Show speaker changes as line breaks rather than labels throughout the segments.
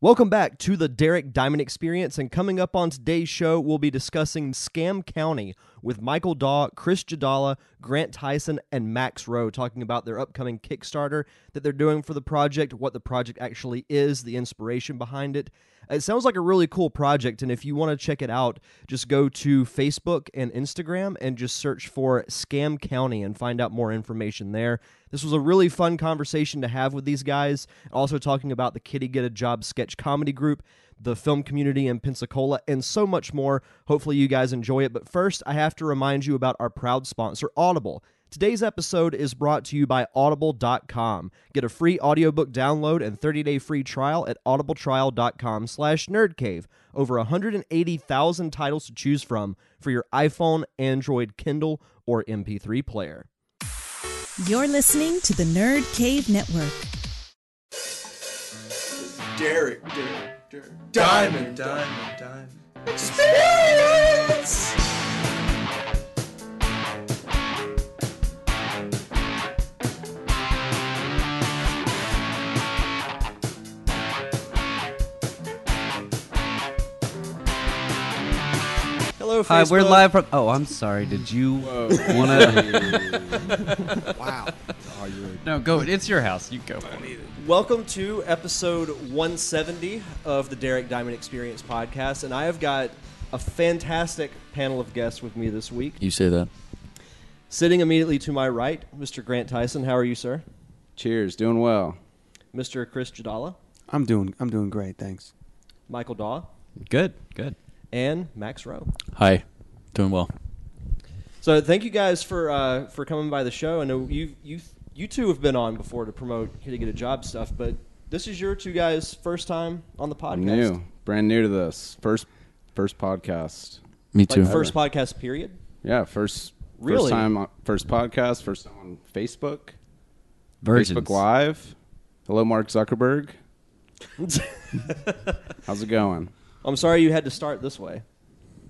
Welcome back to the Derek Diamond Experience. And coming up on today's show, we'll be discussing Scam County with Michael Daw, Chris Jadala, Grant Tyson, and Max Rowe, talking about their upcoming Kickstarter that they're doing for the project, what the project actually is, the inspiration behind it. It sounds like a really cool project. And if you want to check it out, just go to Facebook and Instagram and just search for Scam County and find out more information there. This was a really fun conversation to have with these guys. Also, talking about the Kitty Get a Job sketch comedy group, the film community in Pensacola, and so much more. Hopefully, you guys enjoy it. But first, I have to remind you about our proud sponsor, Audible. Today's episode is brought to you by audible.com. Get a free audiobook download and 30-day free trial at audibletrial.com slash nerdcave. Over 180,000 titles to choose from for your iPhone, Android, Kindle, or MP3 player.
You're listening to the Nerd Cave Network.
Derek, Derek, Derek. Diamond, diamond, diamond. Experience!
Hello, Facebook.
Hi, we're live from. Oh, I'm sorry. Did you want to?
Wow.
Oh,
Are you
no, go. It's your house. You go. for it.
Welcome to episode 170 of the Derek Diamond Experience podcast. And I have got a fantastic panel of guests with me this week.
You say that.
Sitting immediately to my right, Mr. Grant Tyson. How are you, sir?
Cheers, doing well.
Mr. Chris Jadala,
I'm doing I'm doing great, thanks.
Michael Daw,
Good. Good.
and Max Rowe.
Hi. Doing well.
So thank you guys for uh, for coming by the show. I know you you you two have been on before to promote here to get a job stuff, but this is your two guys' first time on the podcast.
New, brand new to this. First, first podcast.
Me
Like
too.
first podcast period.
Yeah, first,
Really?
first time, on, first podcast, first time on Facebook,
Virgins.
Facebook Live. Hello, Mark Zuckerberg. How's it going?
I'm sorry you had to start this way.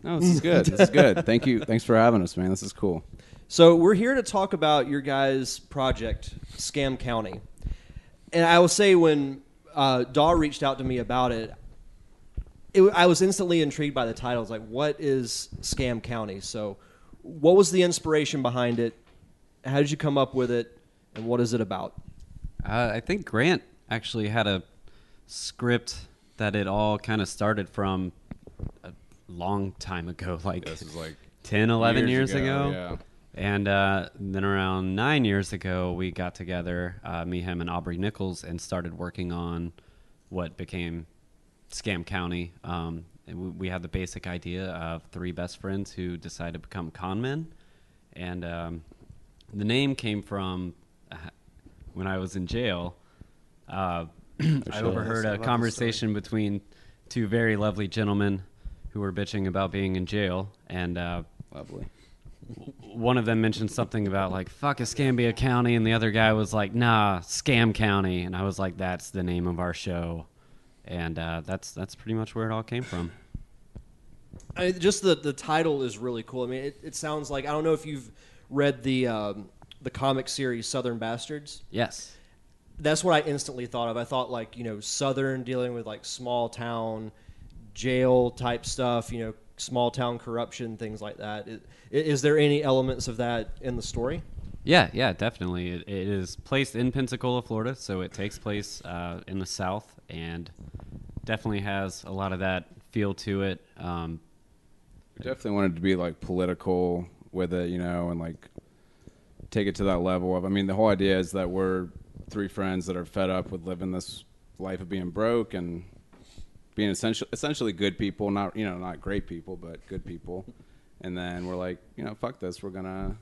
No, this is good. This is good. Thank you. Thanks for having us, man. This is cool.
So we're here to talk about your guys' project, Scam County. And I will say when uh, Daw reached out to me about it, it, I was instantly intrigued by the title. It's like, what is Scam County? So what was the inspiration behind it? How did you come up with it? And what is it about?
Uh, I think Grant actually had a script that it all kind of started from a long time ago, like
This is like
10, 11 years,
years
ago.
ago,
And uh, then around nine years ago, we got together, uh, me, him, and Aubrey Nichols, and started working on what became Scam County. Um, and we, we had the basic idea of three best friends who decide to become con men. And um, the name came from uh, when I was in jail. Uh, I overheard a conversation between two very lovely gentlemen who were bitching about being in jail. And uh,
lovely.
one of them mentioned something about like fuck Escambia County, and the other guy was like, nah, Scam County, and I was like, that's the name of our show, and uh, that's that's pretty much where it all came from.
I, just the the title is really cool. I mean, it, it sounds like I don't know if you've read the um, the comic series Southern Bastards.
Yes,
that's what I instantly thought of. I thought like you know Southern dealing with like small town jail type stuff, you know, small town corruption things like that. Is, is there any elements of that in the story?
yeah, yeah, definitely. It, it is placed in Pensacola, Florida, so it takes place uh, in the South, and definitely has a lot of that feel to it. Um,
We definitely wanted to be like political with it, you know, and like take it to that level of. I mean, the whole idea is that we're three friends that are fed up with living this life of being broke and being essentially essentially good people, not you know not great people, but good people. And then we're like, you know, fuck this. We're gonna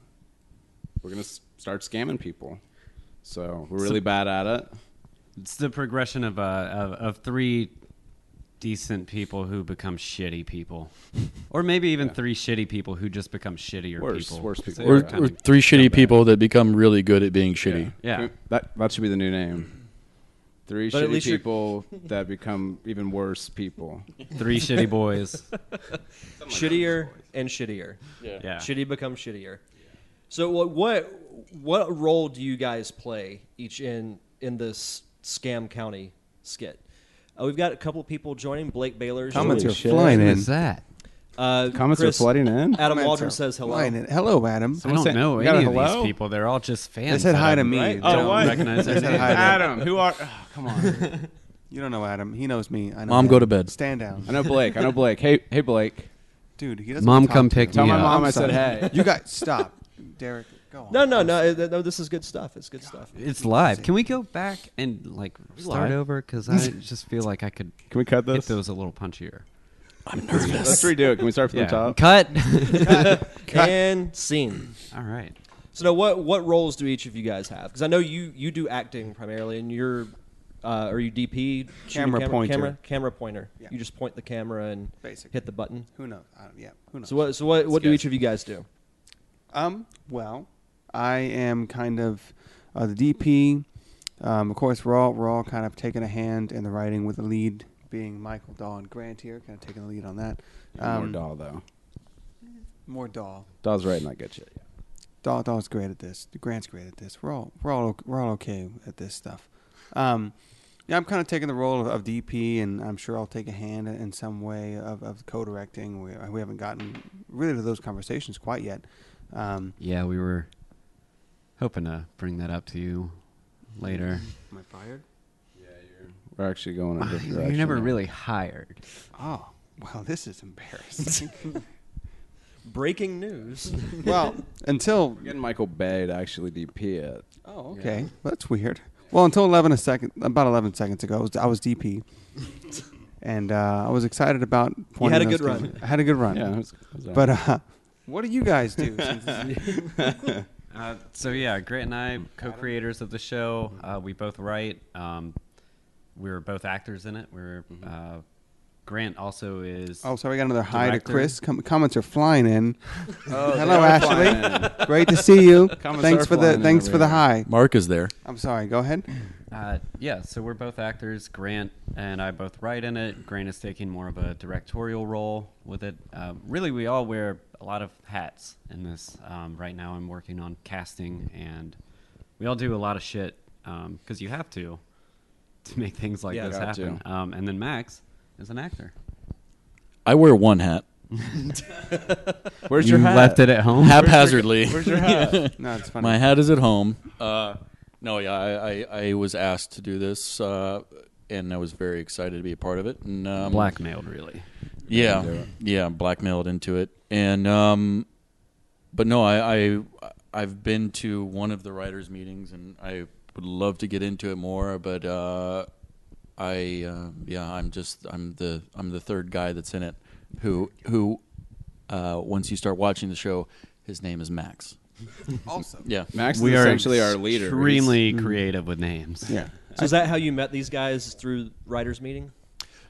we're gonna s- start scamming people. So we're really bad at it.
it's the progression of, uh, of of three decent people who become shitty people, or maybe even three shitty people who just become shittier
Worse,
people.
worse people.
So
Or-
you're
We're,
kind
we're
of-
three shitty people that become really good at being shitty.
Yeah.
That that should be the new name. Three
But at
shitty
least you're-
people that become even worse people.
three shitty boys.
shittier and shittier.
Yeah.
Shitty become shittier. So what what what role do you guys play each in in this scam county skit? Uh, we've got a couple people joining. Blake Baylor's
Comments
Holy
are
shit.
flying
Who
in.
Is that?
Uh,
Comments are
Chris-
flooding in?
Adam
Comments
Waldron
are
says hello.
flying in. Hello, Adam.
I don't
saying-
know
we got a
any of these
hello?
people. They're all just fans.
They said
that
hi to
I'm-
me.
right?
Oh,
don't
what?
recognize
They
their
said
name.
hi to
Adam, who are? oh, come on.
You don't know Adam. He knows me. I know
Mom,
Adam.
go to bed.
Stand down,
I know Blake. I know Blake. Hey, hey, Blake.
dude. He doesn't
Mom,
talk
come
to
pick
me.
Tell
me
my
up.
mom
I'm
I said
sorry.
hey.
You guys, stop, Derek. Go on.
No, no, no, uh, no. This is good stuff. It's good stuff.
It's live. Can we go back and like start
live?
over? Because I just feel like I could
Can we cut
hit
this?
those a little punchier.
Let's redo it. Can we start from
Yeah.
the top?
Cut.
And scene.
all right.
So now, what what roles do each of you guys have? Because I know you you do acting primarily, and you're uh, are you DP? shooting
Camera
camera
pointer.
Camera, camera pointer.
Yeah.
You just point the camera and
Basically.
hit the button.
Who knows? I don't, yeah. Who knows?
So what so what, what do
good.
each of you guys do?
Um, well, I am kind of uh, the DP. Um, of course, we're all we're all kind of taking a hand in the writing with the lead being Michael Daw and Grant here, kind of taking the lead on that.
More
Um,
doll though.
More Daw.
Doll's right, not good shit.
Daw Daw's great at this. Grant's great at this. We're all we're all o- we're all okay at this stuff. Um, yeah, I'm kind of taking the role of, of DP, and I'm sure I'll take a hand in some way of, of co-directing. We we haven't gotten really to those conversations quite yet. Um,
Yeah, we were hoping to bring that up to you later.
Am I fired?
We're actually going in a different
You're
direction.
never
now.
really hired.
Oh, well, this is embarrassing.
Breaking news.
well, until
We're getting Michael Bay to actually DP it.
oh, okay, that's weird. Well, until eleven a second, about eleven seconds ago, I was, I was DP, and uh, I was excited about. pointing
had a
those
good
guys-
run.
I had a good run.
Yeah. it was- it was all
But
right.
uh, what do you guys do? since this is-
Uh, so yeah, Grant and I, co-creators of the show, uh, we both write. Um, we were both actors in it. We are uh, Grant also is.
oh, sorry, we got another hi to
Director.
Chris. Com- comments are flying in.
they
Hello,
are
Ashley.
flying
Great to see you.
Comments
thanks
are
for the
flying in
thanks for the hi.
Mark is there.
I'm sorry. Go ahead.
Uh, yeah, so we're both actors. Grant and I both write in it. Grant is taking more of a directorial role with it. Uh, really, we all wear a lot of hats in this. Um, right now, I'm working on casting, and we all do a lot of shit because you have to to make things like
Yeah,
this
got to.
happen. Um, and then Max is an actor.
I wear one hat
Where's
you
your hat?
left it at home.
haphazardly.
Where's your hat?
No, it's funny.
My hat is at home. Uh, no, yeah, I, I, I was asked to do this, uh, and I was very excited to be a part of it. And um,
Blackmailed, really.
yeah, yeah, blackmailed into it, and um, but no, I, I I've been to one of the writers' meetings, and I would love to get into it more, but uh, I uh, yeah, I'm just I'm the I'm the third guy that's in it, who who uh, once you start watching the show, his name is Max.
also,
Yeah,
Max
we
is
are Mm-hmm.
essentially our leader. He's-
Extremely creative with names.
yeah.
So is that how you met these guys through writers meeting?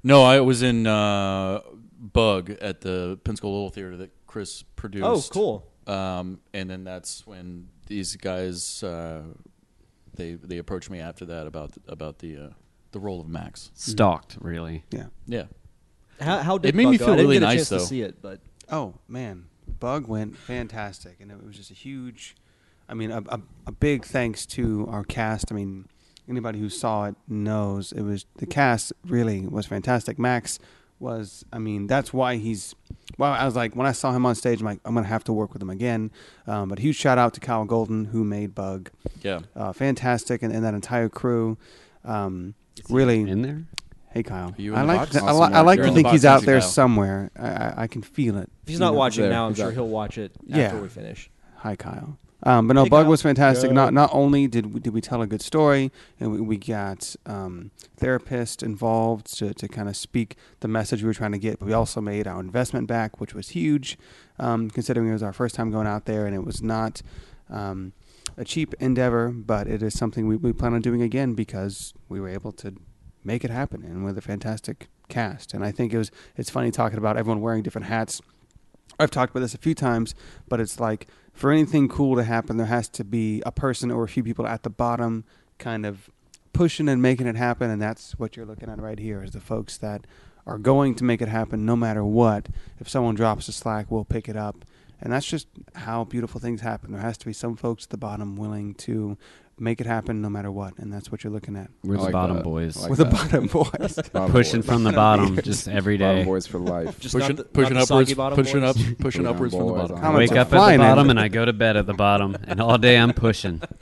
No, I was in uh, Bug at the Pensacola Little Theater that Chris produced.
Oh, cool.
Um, and then that's when these guys uh, they they approached me after that about about the uh, the role of Max.
Stalked, really.
Yeah.
Yeah,
How, how did
It made
Bug
me
go?
feel
I didn't
really
get a
nice,
chance
though.
to see it, but
Oh man, Bug went fantastic, and it was just a huge. I mean, a, a, a big thanks to our cast. I mean, anybody who saw it knows it was the cast really was fantastic. Max was. I mean, that's why he's. Well, I was like when I saw him on stage, I'm like, I'm gonna have to work with him again. Um, but huge shout out to Kyle Golden who made Bug.
yeah.
Uh, fantastic, and, and that entire crew. Um, really,
In there?
hey Kyle,
you in
I
the
like
box?
to, I,
Awesome
li- I
work.
like
You're
to
in the
think
box,
he's out
aren't you,
there
Kyle?
somewhere. I, I, I can feel it.
if he's
You
not
know?
watching
there,
now, I'm sure
exactly.
he'll watch it
Yeah.
after we finish.
Hi, Kyle. Um, but no,
Hey,
Bug
Kyle.
was fantastic. Not not only did we, did we tell a good story, and we, we got um, therapists involved to, to kind of speak the message we were trying to get, but we also made our investment back, which was huge, um, considering it was our first time going out there, and it was not um, a cheap endeavor, but it is something we, we plan on doing again because we were able to make it happen, and with a fantastic cast. And I think it was it's funny talking about everyone wearing different hats. I've talked about this a few times, but it's like for anything cool to happen, there has to be a person or a few people at the bottom kind of pushing and making it happen. And that's what you're looking at right here is the folks that are going to make it happen no matter what. If someone drops the slack, we'll pick it up And that's just how beautiful things happen. There has to be some folks at the bottom willing to make it happen no matter what. And that's what you're looking at.
We're
I
the
like
bottom
that.
boys.
I like
With
that.
the bottom boys.
Bottom
pushing
boys.
from the bottom just every
Bottom
day.
boys for life.
Just
pushing,
not the,
pushing
not the
upwards,
soggy bottom
pushing
boards.
up, pushing
Down
upwards from the
boys.
bottom.
How
Wake
Comments are
up at the
flying in.
bottom and I go to bed at the bottom, and all day I'm pushing.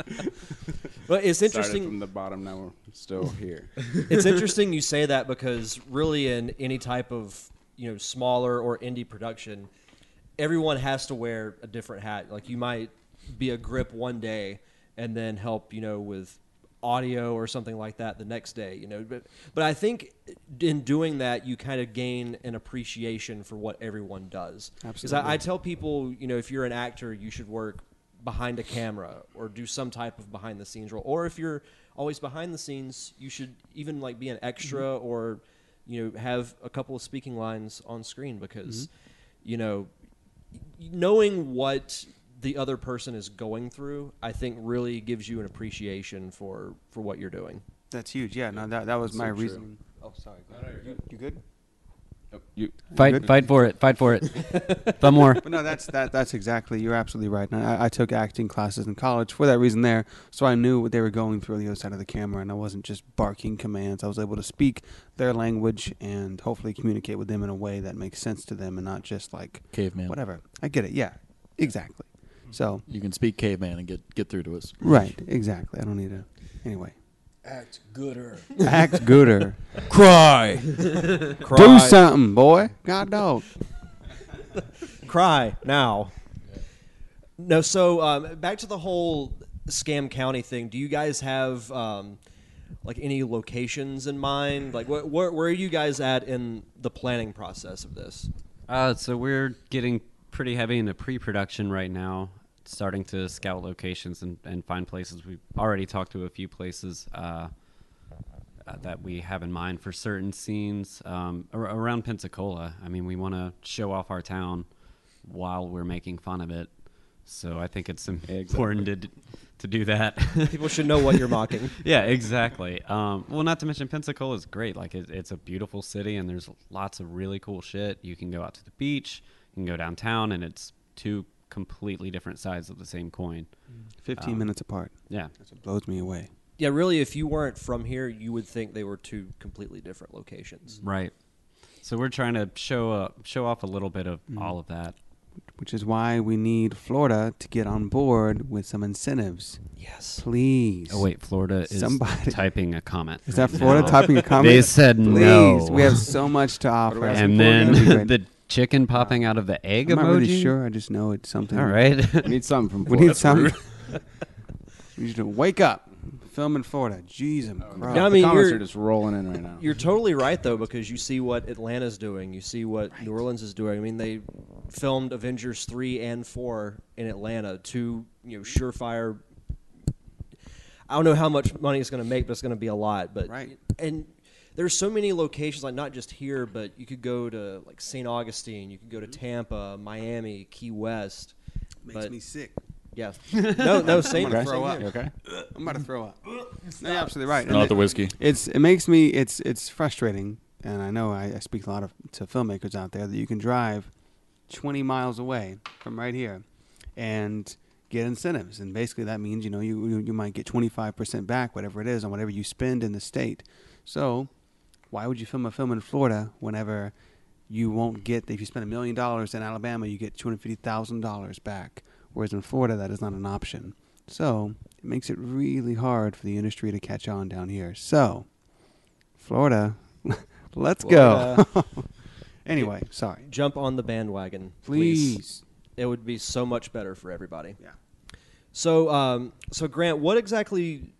But it's
Started
interesting.
from the bottom. Now we're still here.
it's interesting you say that because really in any type of you know smaller or indie production everyone has to wear a different hat like you might be a grip one day and then help you know with audio or something like that the next day you know but, but i think in doing that you kind of gain an appreciation for what everyone does because I, I tell people you know if you're an actor you should work behind a camera or do some type of behind the scenes role or if you're always behind the scenes you should even like be an extra or you know have a couple of speaking lines on screen because you know knowing what the other person is going through i think really gives you an appreciation for for what you're doing
That's huge. Yeah, no, that, that was my
so true.
reasoning. Oh, sorry. you, you good?
You,
Fight, fight for it, fight for it. Thumb war.
But no, that's that. That's exactly. You're absolutely right. And I, I took acting classes in college for that reason. There, so I knew what they were going through on the other side of the camera, and I wasn't just barking commands. I was able to speak their language and hopefully communicate with them in a way that makes sense to them, and not just like
Caveman.
Whatever. I get it. Yeah, exactly. So
You can speak caveman and get get through to us.
right, exactly. I don't need to. Anyway,
Act gooder.
act gooder.
Cry.
Do something, boy. God dog.
cry now. No, so um, back to the whole scam county thing. Do you guys have um, like any locations in mind? Like, wh- where where are you guys at in the planning process of this?
Uh, so we're getting pretty heavy into pre-production right now, starting to scout locations and, and find places. We've already talked to a few places uh, uh, that we have in mind for certain scenes um, ar- around Pensacola. I mean, we want to show off our town while we're making fun of it. So I think it's important to, d- to do that.
People should know what you're mocking.
yeah, exactly. Um, well, not to mention Pensacola is great. Like it, it's a beautiful city, and there's lots of really cool shit. You can go out to the beach, you can go downtown, and it's two completely different sides of the same coin.
Fifteen minutes apart.
Yeah,
That's what blows me away.
Yeah, really, if you weren't from here, you would think they were two completely different locations.
right. So we're trying to show uh, show off a little bit of all of that.
which is why we need Florida to get on board with some incentives.
Yes.
Please.
Oh wait, Florida is
Somebody-
typing a comment.
Is that
right
Florida
now.
typing a comment?
They said
Please.
no.
We have so much to offer.
And then the chicken popping out of the egg
I'm
emoji.
not really sure. I just know it's something.
All right.
we need something from.
We
Florida.
need something. we need to wake up. Film in Florida. Jesus Christ.
Yeah, I
Oh, The
mean,
comments
you're-
are just rolling in right now.
You're totally right though, because you see what Atlanta's doing, you see what New Orleans is doing. I mean, they filmed Avengers three and four in Atlanta, two you know surefire. I don't know how much money it's going to make, but it's going to be a lot. But
Right.
and there's so many locations, like not just here, but you could go to like St. Augustine, you could go to
Mm-hmm.
Tampa, Miami, Key West. but,
sick.
Yeah. No, no, same.
gonna
same
throw up.
here.
okay?
I'm about to throw up. no, you're absolutely right.
Not
And
the
it-
whiskey.
It's it makes me it's it's frustrating, and I know I, I speak a lot of to filmmakers out there that you can drive 20 miles away from right here, and get incentives, and basically that means you know you you, you might get 25 percent back, whatever it is, on whatever you spend in the state. So, why would you film a film in Florida whenever you won't get if you spend a million dollars in Alabama, you get two hundred fifty thousand dollars back, whereas in Florida that is not an option. So it makes it really hard for the industry to catch on down here. So, Florida, let's go. anyway, sorry.
Jump on the bandwagon,
Please.
It would be so much better for everybody.
Yeah.
So, um, so Grant, what exactly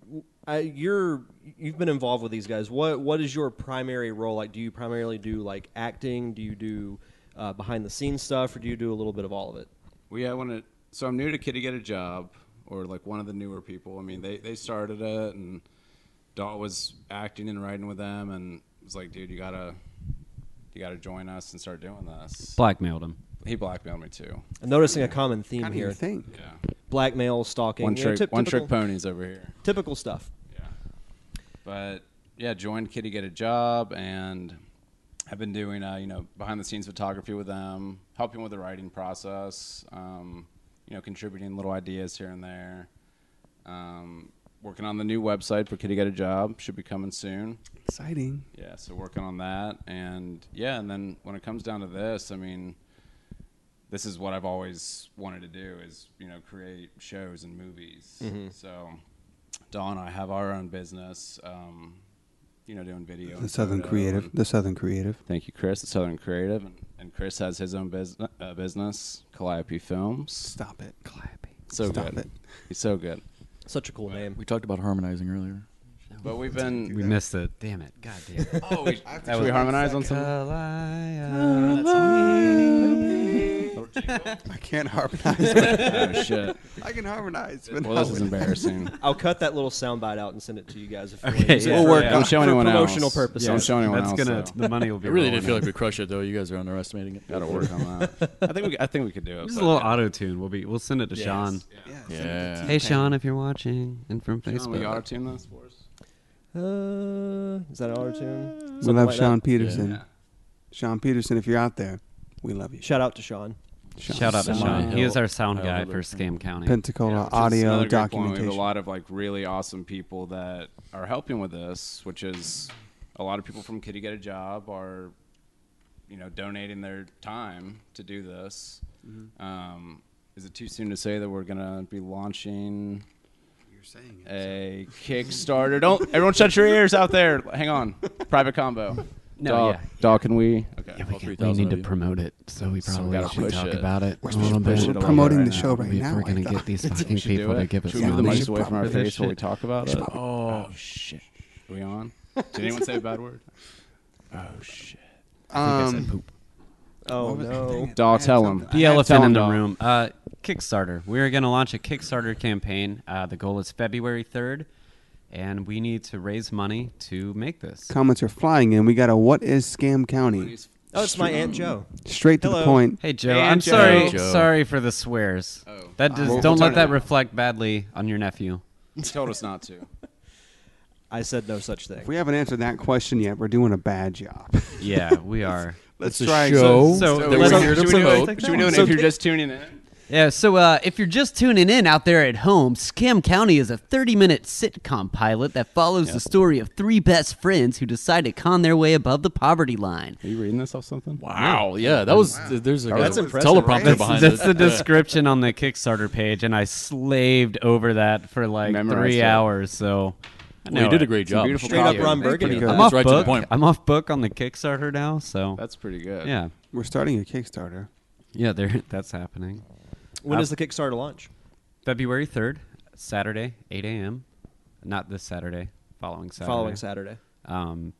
uh, you're you've been involved with these guys? What what is your primary role? Like, do you primarily do like acting? Do you do uh, behind the scenes stuff, or do you do a little bit of all of it?
Well, yeah, I want to. So I'm new to Kitty Get a Job, or like one of the newer people. I mean, they they started it, and Dalt was acting and writing with them, and was like, dude, you gotta, you gotta join us and start doing this.
Blackmailed him.
he blackmailed me too.
I'm noticing a common theme
Kind of your
here:
thing.
Yeah,
blackmail, stalking,
one
you know,
trick,
typ-
one
typical,
trick ponies over here.
typical stuff.
Yeah. But yeah, joined Kitty Get a Job and I've been doing, uh, you know, behind the scenes photography with them, helping with the writing process, um, you know, contributing little ideas here and there. Um, working on the new website for Kitty Got a Job should be coming soon.
Exciting.
Yeah, so working on that, and yeah, and then when it comes down to this, I mean, this is what I've always wanted to do is you know create shows and movies. So, Dawn, and I have our own business, um, you know, doing video.
The
and
Southern
photo
Creative.
and-
The Southern Creative.
Thank you, Chris, the Southern Creative, and, and Chris has his own business, uh, business, Calliope Films.
Stop it.
So
Stop
good.
it.
He's so good.
Such a cool name.
We talked about harmonizing earlier.
But we've been.
We missed it. Damn it. God damn it.
oh, we, should we harmonize on some?
I can't harmonize.
Oh shit!
I can harmonize. But
Well,
not
this is
with-
embarrassing.
I'll cut that little soundbite out and send it to you guys. If you
Okay,
want.
yeah.
We'll work.
Yeah.
Don't show
For
anyone
promotional
else.
purposes.
Don't show anyone
That's
else.
gonna.
though.
The money will be.
I really did
rolling
feel like
in.
we crushed it, though. You guys are underestimating it.
Gotta work on that. I think we. I think we could do it.
Just a
but-
little auto tune. We'll be. We'll send it to Sean.
Yeah.
Yeah.
Hey Sean, if you're watching, and from
Sean, will you
Facebook.
auto-tune this for us?
Uh, is that auto tune?
We love Sean Peterson.
Yeah.
Sean Peterson, if you're out there, we love you.
Shout out to Sean.
Shout out to
Sean
Sean. He
Hill.
is our sound
Hill
guy
Hill.
for Scam County.
Pensacola
Yeah, which is
audio
another great point. We
documentation.
have a lot of like really awesome people that are helping with this, which is a lot of people from Kitty Get a Job are, you know, donating their time to do this.
Mm-hmm.
Um, is it too soon to say that we're gonna be launching a Kickstarter? Don't everyone shut your ears out there. Hang on, private combo.
No,
Dog-
yeah.
dog, can we? Okay.
Yeah,
All
we, can, we
3,000
need
of
to
you.
promote it, so we
So we
probably
gotta
should
push
talk
it.
about it
We're
a little
supposed to push
bit.
it a promoting
lot
the
right
show
now.
right
If
now.
we're
I
gonna
thought.
get these
We
fucking
should do
people to
it.
give us
Should we move the
money.
mics away from our
Should probably-
face while we talk about it?
Oh,
shit. Are we on? Did anyone say a bad word? Oh shit.
Um,
Oh
what was- dang
no.
it,
Doll,
I had
tell
something.
him.
The
Tell
elephant in
him,
the
Dom.
room. Uh, Kickstarter. We are going to launch a Kickstarter campaign. Uh, the goal is February 3rd, and we need to raise money to make this.
Comments are flying in. We got a what is Scam County?
Oh, it's my aunt Joe.
Straight to
Hello.
the point.
Hey Joe,
And
I'm
Joe.
sorry.
Joe.
Sorry for the swears.
Oh.
That does,
We'll-
don't
we'll
let
turn
that
it.
reflect badly on your nephew.
He told us not to.
I said no such thing.
If we haven't answered that question yet, we're doing a bad job.
Yeah, we are.
Let's
It's a
try
show.
So,
So-
that
so
we're
let's-
here to
should we do
promote.
it?
Should we do it if you're just tuning in?
Yeah, so uh, if you're just tuning in out there at home, Scam County is a 30 minute sitcom pilot that follows the story of three best friends who decide to con their way above the poverty line.
Are you reading this off something?
Wow. Yeah, that was. There's a
That's
a
impressive,
teleprompter
right?
behind
That's the
it.
description on the Kickstarter page, and I slaved over that for like
Memorized
three
it.
hours. So I
Well, you
know
did
it.
a great job.
beautiful
Straight up
Yeah,
Ron
thank you.
Burgundy.
Pretty good.
I'm
That's
off
right to the
book.
point.
I'm off book on the Kickstarter now. So
That's pretty good.
yeah,
we're starting a Kickstarter.
yeah, there. That's happening.
When
Uh,
does the Kickstarter launch?
February third, Saturday, 8 a.m. Not this Saturday. Following Saturday.
Following Saturday.
Um,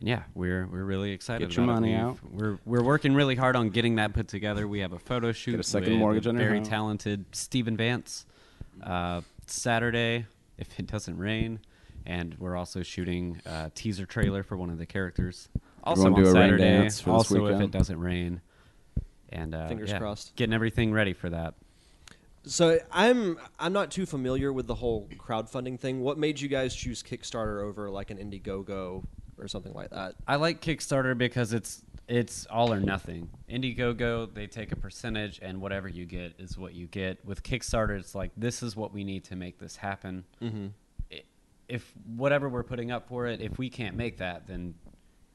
and yeah, we're we're really excited.
Get your
about it.
money
We've-
out.
We're we're working really hard on getting that put together. We have a photo shoot
second
with
mortgage
the
on your
very
home.
talented Stephen Vance uh, Saturday if it doesn't rain, and we're also shooting a teaser trailer for one of the characters. Also
Everyone do
on
a rain
Saturday.
dance for this
also if it
weekend.
doesn't rain. And uh,
Fingers
yeah,
crossed.
Getting everything ready for that.
So I'm I'm not too familiar with the whole crowdfunding thing. What made you guys choose Kickstarter over like an Indiegogo or something like that?
I like Kickstarter because it's it's all or nothing. Indiegogo, they take a percentage, and whatever you get is what you get. With Kickstarter, it's like this is what we need to make this happen. Mm-hmm. If whatever we're putting up for it, if we can't make that, then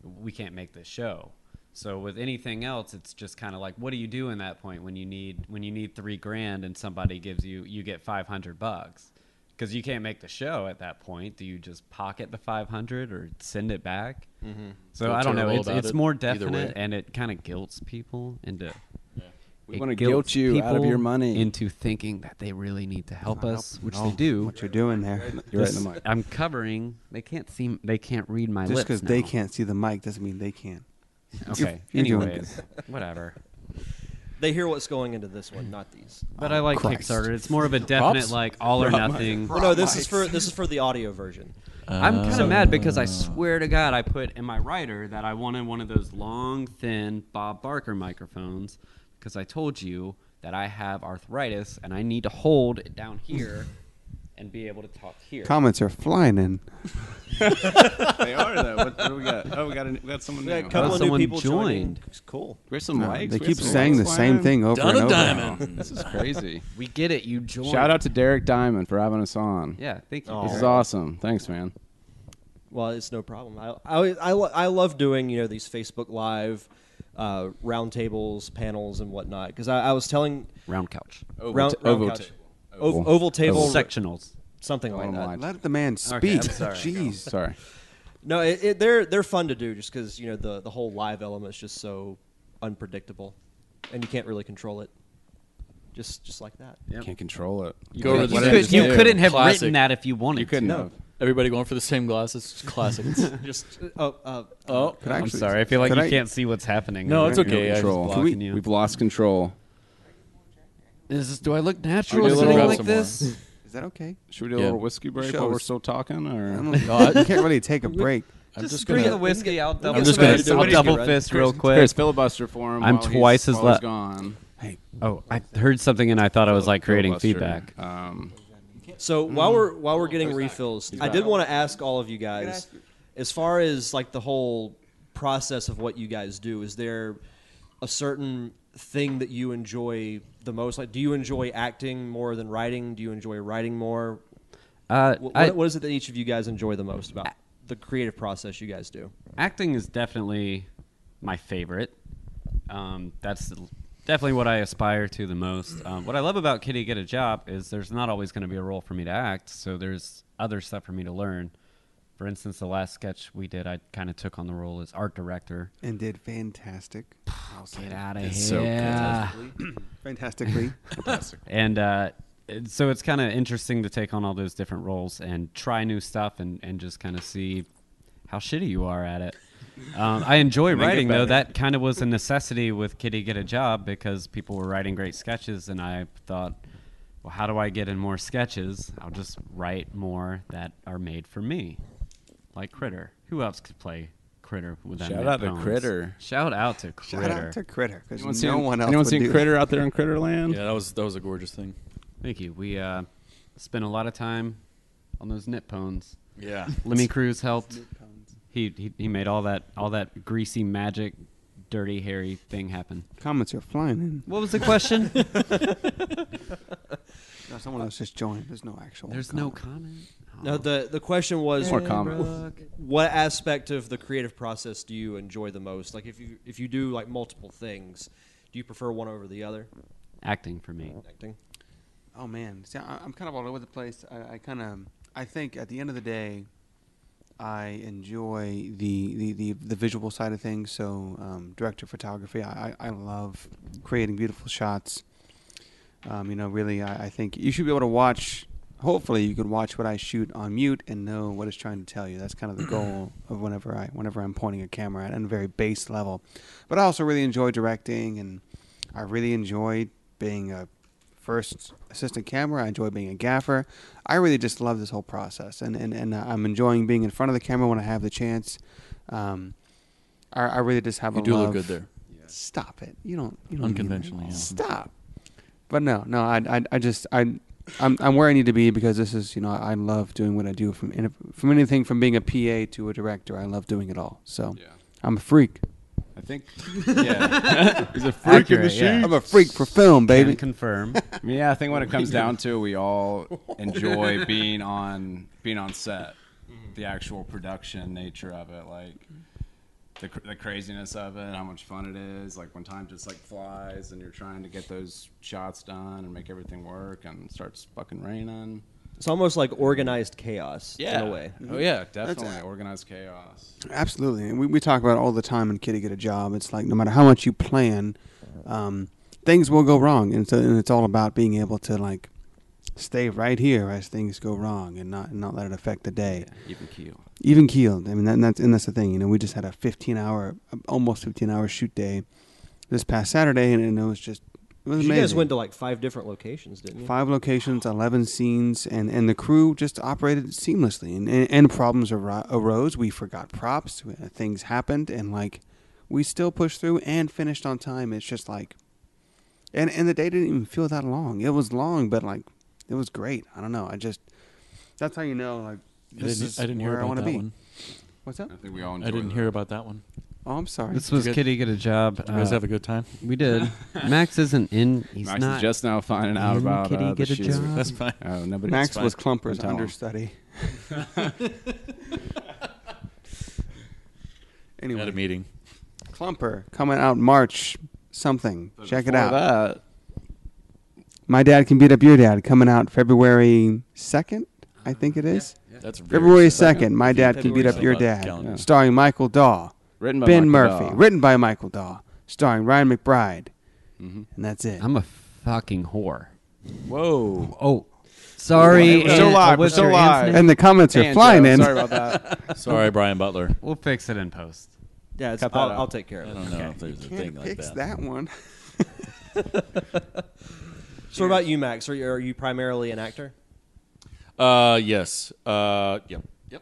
we can't make this show. So with anything else, it's just kind of like, what do you do in that point when you need when you need three grand and somebody gives you you get five hundred bucks because you can't make the show at that point. Do you just pocket the five hundred or send it back? Mm-hmm. So
Feel
I don't know.
terrible
It's,
about
it's
it
more
either way.
definite and it kind of guilts people into.
We
it
wanna
guilts
guilt you out of
people
your money.
into thinking that they really need to help
Not
us,
helping
which
at
they
all.
do.
What you're doing there?
You're right in
This-
the mic.
I'm covering. They can't see. They can't read my
Just
lips.
because they
now.
can't see the mic doesn't mean they can.
Okay.
you're doing
Anyways, whatever.
They hear what's going into this one, not these.
But I like
Christ.
Kickstarter. It's more of a definite,
Props?
like all or nothing.
Well, no, this is for this is for the audio version.
I'm kind of mad because I swear to God, I put in my writer that I wanted one of those long, thin Bob Barker microphones because I told you that I have arthritis and I need to hold it down here and be able to talk here.
Comments are flying in.
they are though. What, what do we got? Oh, we got a, we got someone.
We got
new.
a couple of new
someone
people joining.
joined.
It's cool.
We have some likes.
they
We
keep
have some
saying the
likes
same
flying.
thing over and
Donna
over.
Diamond.
This is crazy.
We get it. You join.
Shout out to Derek Diamond for having us on.
Yeah, thank you.
This is
Derek.
awesome. Thanks, man.
Well, it's no problem. I I, I, lo- I love doing you know these Facebook Live uh, roundtables, panels, and whatnot. Because I, I was telling
Round couch.
Oval
round,
ta-
round
oval
couch,
table.
Ov-
Oval.
oval, table,
Sectionals.
something like that.
Online.
Let the man
Okay,
speak.
I'm sorry.
Jeez.
Sorry.
No, it, it, they're they're fun to do just because you know the the whole live element's just so unpredictable, and you can't really control it. Just just like that.
Can't control it.
Go over to
You,
the
could,
could- you
not have
Classic.
written that if you wanted.
You couldn't
to.
have.
Everybody going for the same glasses. It's classic.
Just oh uh,
oh,
Could I
I'm
actually-
sorry. I feel like
could
you
I-
can't see what's happening.
no, it's
No
okay. I was
control.
blocking
Can
you.
We've lost control.
Is this, do I look
Are
natural
we a little-
sitting like
Grab some
this?
Is that okay?
Should we do a
Yeah.
little whiskey break while
Shows.
we're still talking?
I
Or
don't know. I can't really take a break.
I'm just,
Bring
gonna.
the whiskey. I'll double.
I'm just
fist.
gonna-
I'll double
Chris,
fist real quick.
Here's filibuster for him.
I'm
while he's-
twice as
while he's
le-
Gone.
Oh, I heard something and I thought I was like creating
Filibuster.
feedback.
Um,
So while we're while we're getting refills, I did want to ask all of you guys, as far as like the whole process of what you guys do, is there a certain thing that you enjoy the most? Like, do you enjoy acting more than writing? Do you enjoy writing more?
Uh,
What,
I-
what, what is it that each of you guys enjoy the most about the creative process you guys do?
acting is definitely my favorite. Um, that's definitely what I aspire to the most. Um, what I love about Kitty Get a Job is there's not always going to be a role for me to act, so there's other stuff for me to learn. For instance, the last sketch we did, I kind of took on the role as art director.
And did fantastic. I'll say
Get
that.
out of here!
so
Fantastically.
and uh, it- so it's kind of interesting to take on all those different roles and try new stuff and, and just kind of see how shitty you are at it. Um, I enjoy writing though. That kind of was a necessity with Kitty Get a Job because people were writing great sketches, and I thought, well, how do I get in more sketches? I'll just write more that are made for me, like Critter. Who else could play Critter with that?
Shout out to Critter.
Shout out to Critter.
Shout out to Critter. Because no
anyone seen,
one else
anyone
would
seen
do
Critter out there in Critterland?
Yeah, that was that was a gorgeous thing.
Thank you. We uh, spent a lot of time on those nip pones.
Yeah.
Lemmy Cruz helped. He, he he made all that all that greasy magic, dirty hairy thing happen.
That. Comments are flying in.
What was the question?
No, someone else just joined. There's no actual.
There's no comment. Oh,
No, the the question was
More common.
what aspect of the creative process do you enjoy the most? Like if you if you do like multiple things, do you prefer one over the other?
acting for me.
Acting.
Oh man, See, I, I'm kind of all over the place. I, I kind of, I think at the end of the day, I enjoy the the, the, the visual side of things. So um, director of photography, I, I I love creating beautiful shots. Um, you know, really, I, I think you should be able to watch. Hopefully, you could watch what I shoot on mute and know what it's trying to tell you. That's kind of the goal of whenever I whenever I'm pointing a camera at, on a very base level. But I also really enjoy directing, and I really enjoy being a first assistant camera. I enjoy being a gaffer. I really just love this whole process, and and, and I'm enjoying being in front of the camera when I have the chance. Um, I, I really just have
You
a
do
love-
look good there.
Stop it. You don't. You don't mean that.
Unconventionally, yeah.
Stop. But no, no. I, I, I just, I, I'm, I'm where I need to be because this is, you know, I love doing what I do from, any- from anything from being a PA to a director. I love doing it all. So
Yeah.
I'm a freak.
I think. Yeah. He's a freak
Accurate, yeah.
I'm a freak for film, baby.
Can confirm.
I mean, yeah, I think when it comes down to, it, we all enjoy being on being on set, the actual production nature of it, like the cr- the craziness of it, how much fun it is. Like when time just like flies, and you're trying to get those shots done and make everything work, and it starts fucking raining.
It's almost like organized chaos in a way.
Oh yeah, definitely organized chaos.
Absolutely, and we, we talk about it all the time in Kitty Get a Job. It's like no matter how much you plan, um, things will go wrong, and so and it's all about being able to like stay right here as things go wrong and not and not let it affect the day.
Even keel.
Even keeled. I mean, that, and that's and that's the thing. You know, we just had a 15 hour, almost 15 hour shoot day this past Saturday, and, and it was just it was
You
amazing.
guys went to like five different locations, didn't you?
Five locations, 11 scenes, and, and the crew just operated seamlessly. And, and, and problems ar- arose. We forgot props, uh, things happened, and like we still pushed through and finished on time. It's just like, and, and the day didn't even feel that long. It was long, but like it was great. I don't know. I just, That's how you know, like,
I
this
didn't,
is
I didn't hear
where I
about
want to
that
be.
one.
What's up?
I think we all. Enjoy
I didn't
that.
hear about that one.
Oh, I'm sorry.
This was
good.
Kitty get a job.
Did you guys
uh,
have a good time?
we did. Max isn't in. He's
Max
not.
is just now finding out
Didn't
about
Kitty
uh, the
get a
shoes.
job?
That's fine.
Oh, nobody.
Max was
I'm
Clumper's
telling.
understudy.
At a
anyway,
meeting.
Clumper coming out March something. Check it out.
That
My dad can beat up your dad coming out February second, I think it is.
That's very
February
sad.
second, my dad can beat up your
February
dad,
second. Calendar.
starring Michael Daw,
written by
Ben
Michael
Murphy,
Dahl.
written by Michael Daw, starring Ryan McBride, and that's it.
I'm a fucking whore.
Whoa.
Oh, sorry.
We're still
Aunt-
live, we're
what's
still
your aunt's
live.
name?
and the comments are
And
flying
Joe,
in.
Sorry about that.
Sorry, Brian Butler.
We'll fix it in post.
Yeah, it's,
Cut that
I'll,
out. Uh-huh.
I'll take care of
I
it.
don't know if there's a thing like
picks that one.
So, what about you, Max? Are you, are you primarily an actor?
Uh, yes. Uh, yep. Yep.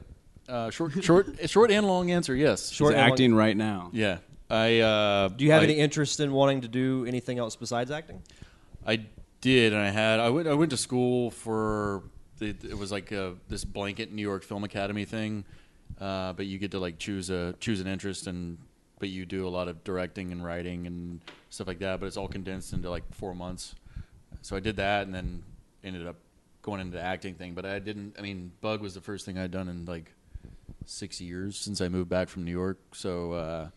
Uh, short, short, short, and long answer. Yes.
He's
Short and long-
acting right now.
Yeah. I. Uh,
Do you have
I,
any interest in wanting to do anything else besides acting?
I did, and I had. I went. I went to school for. It, it was like uh this blanket New York Film Academy thing, uh, but you get to like choose a choose an interest, and but you do a lot of directing and writing and stuff like that. But it's all condensed into like four months. So I did that, and then ended up going into the acting thing. But I didn't. I mean, Bug was the first thing I'd done in like six years since I moved back from New York. So. Uh,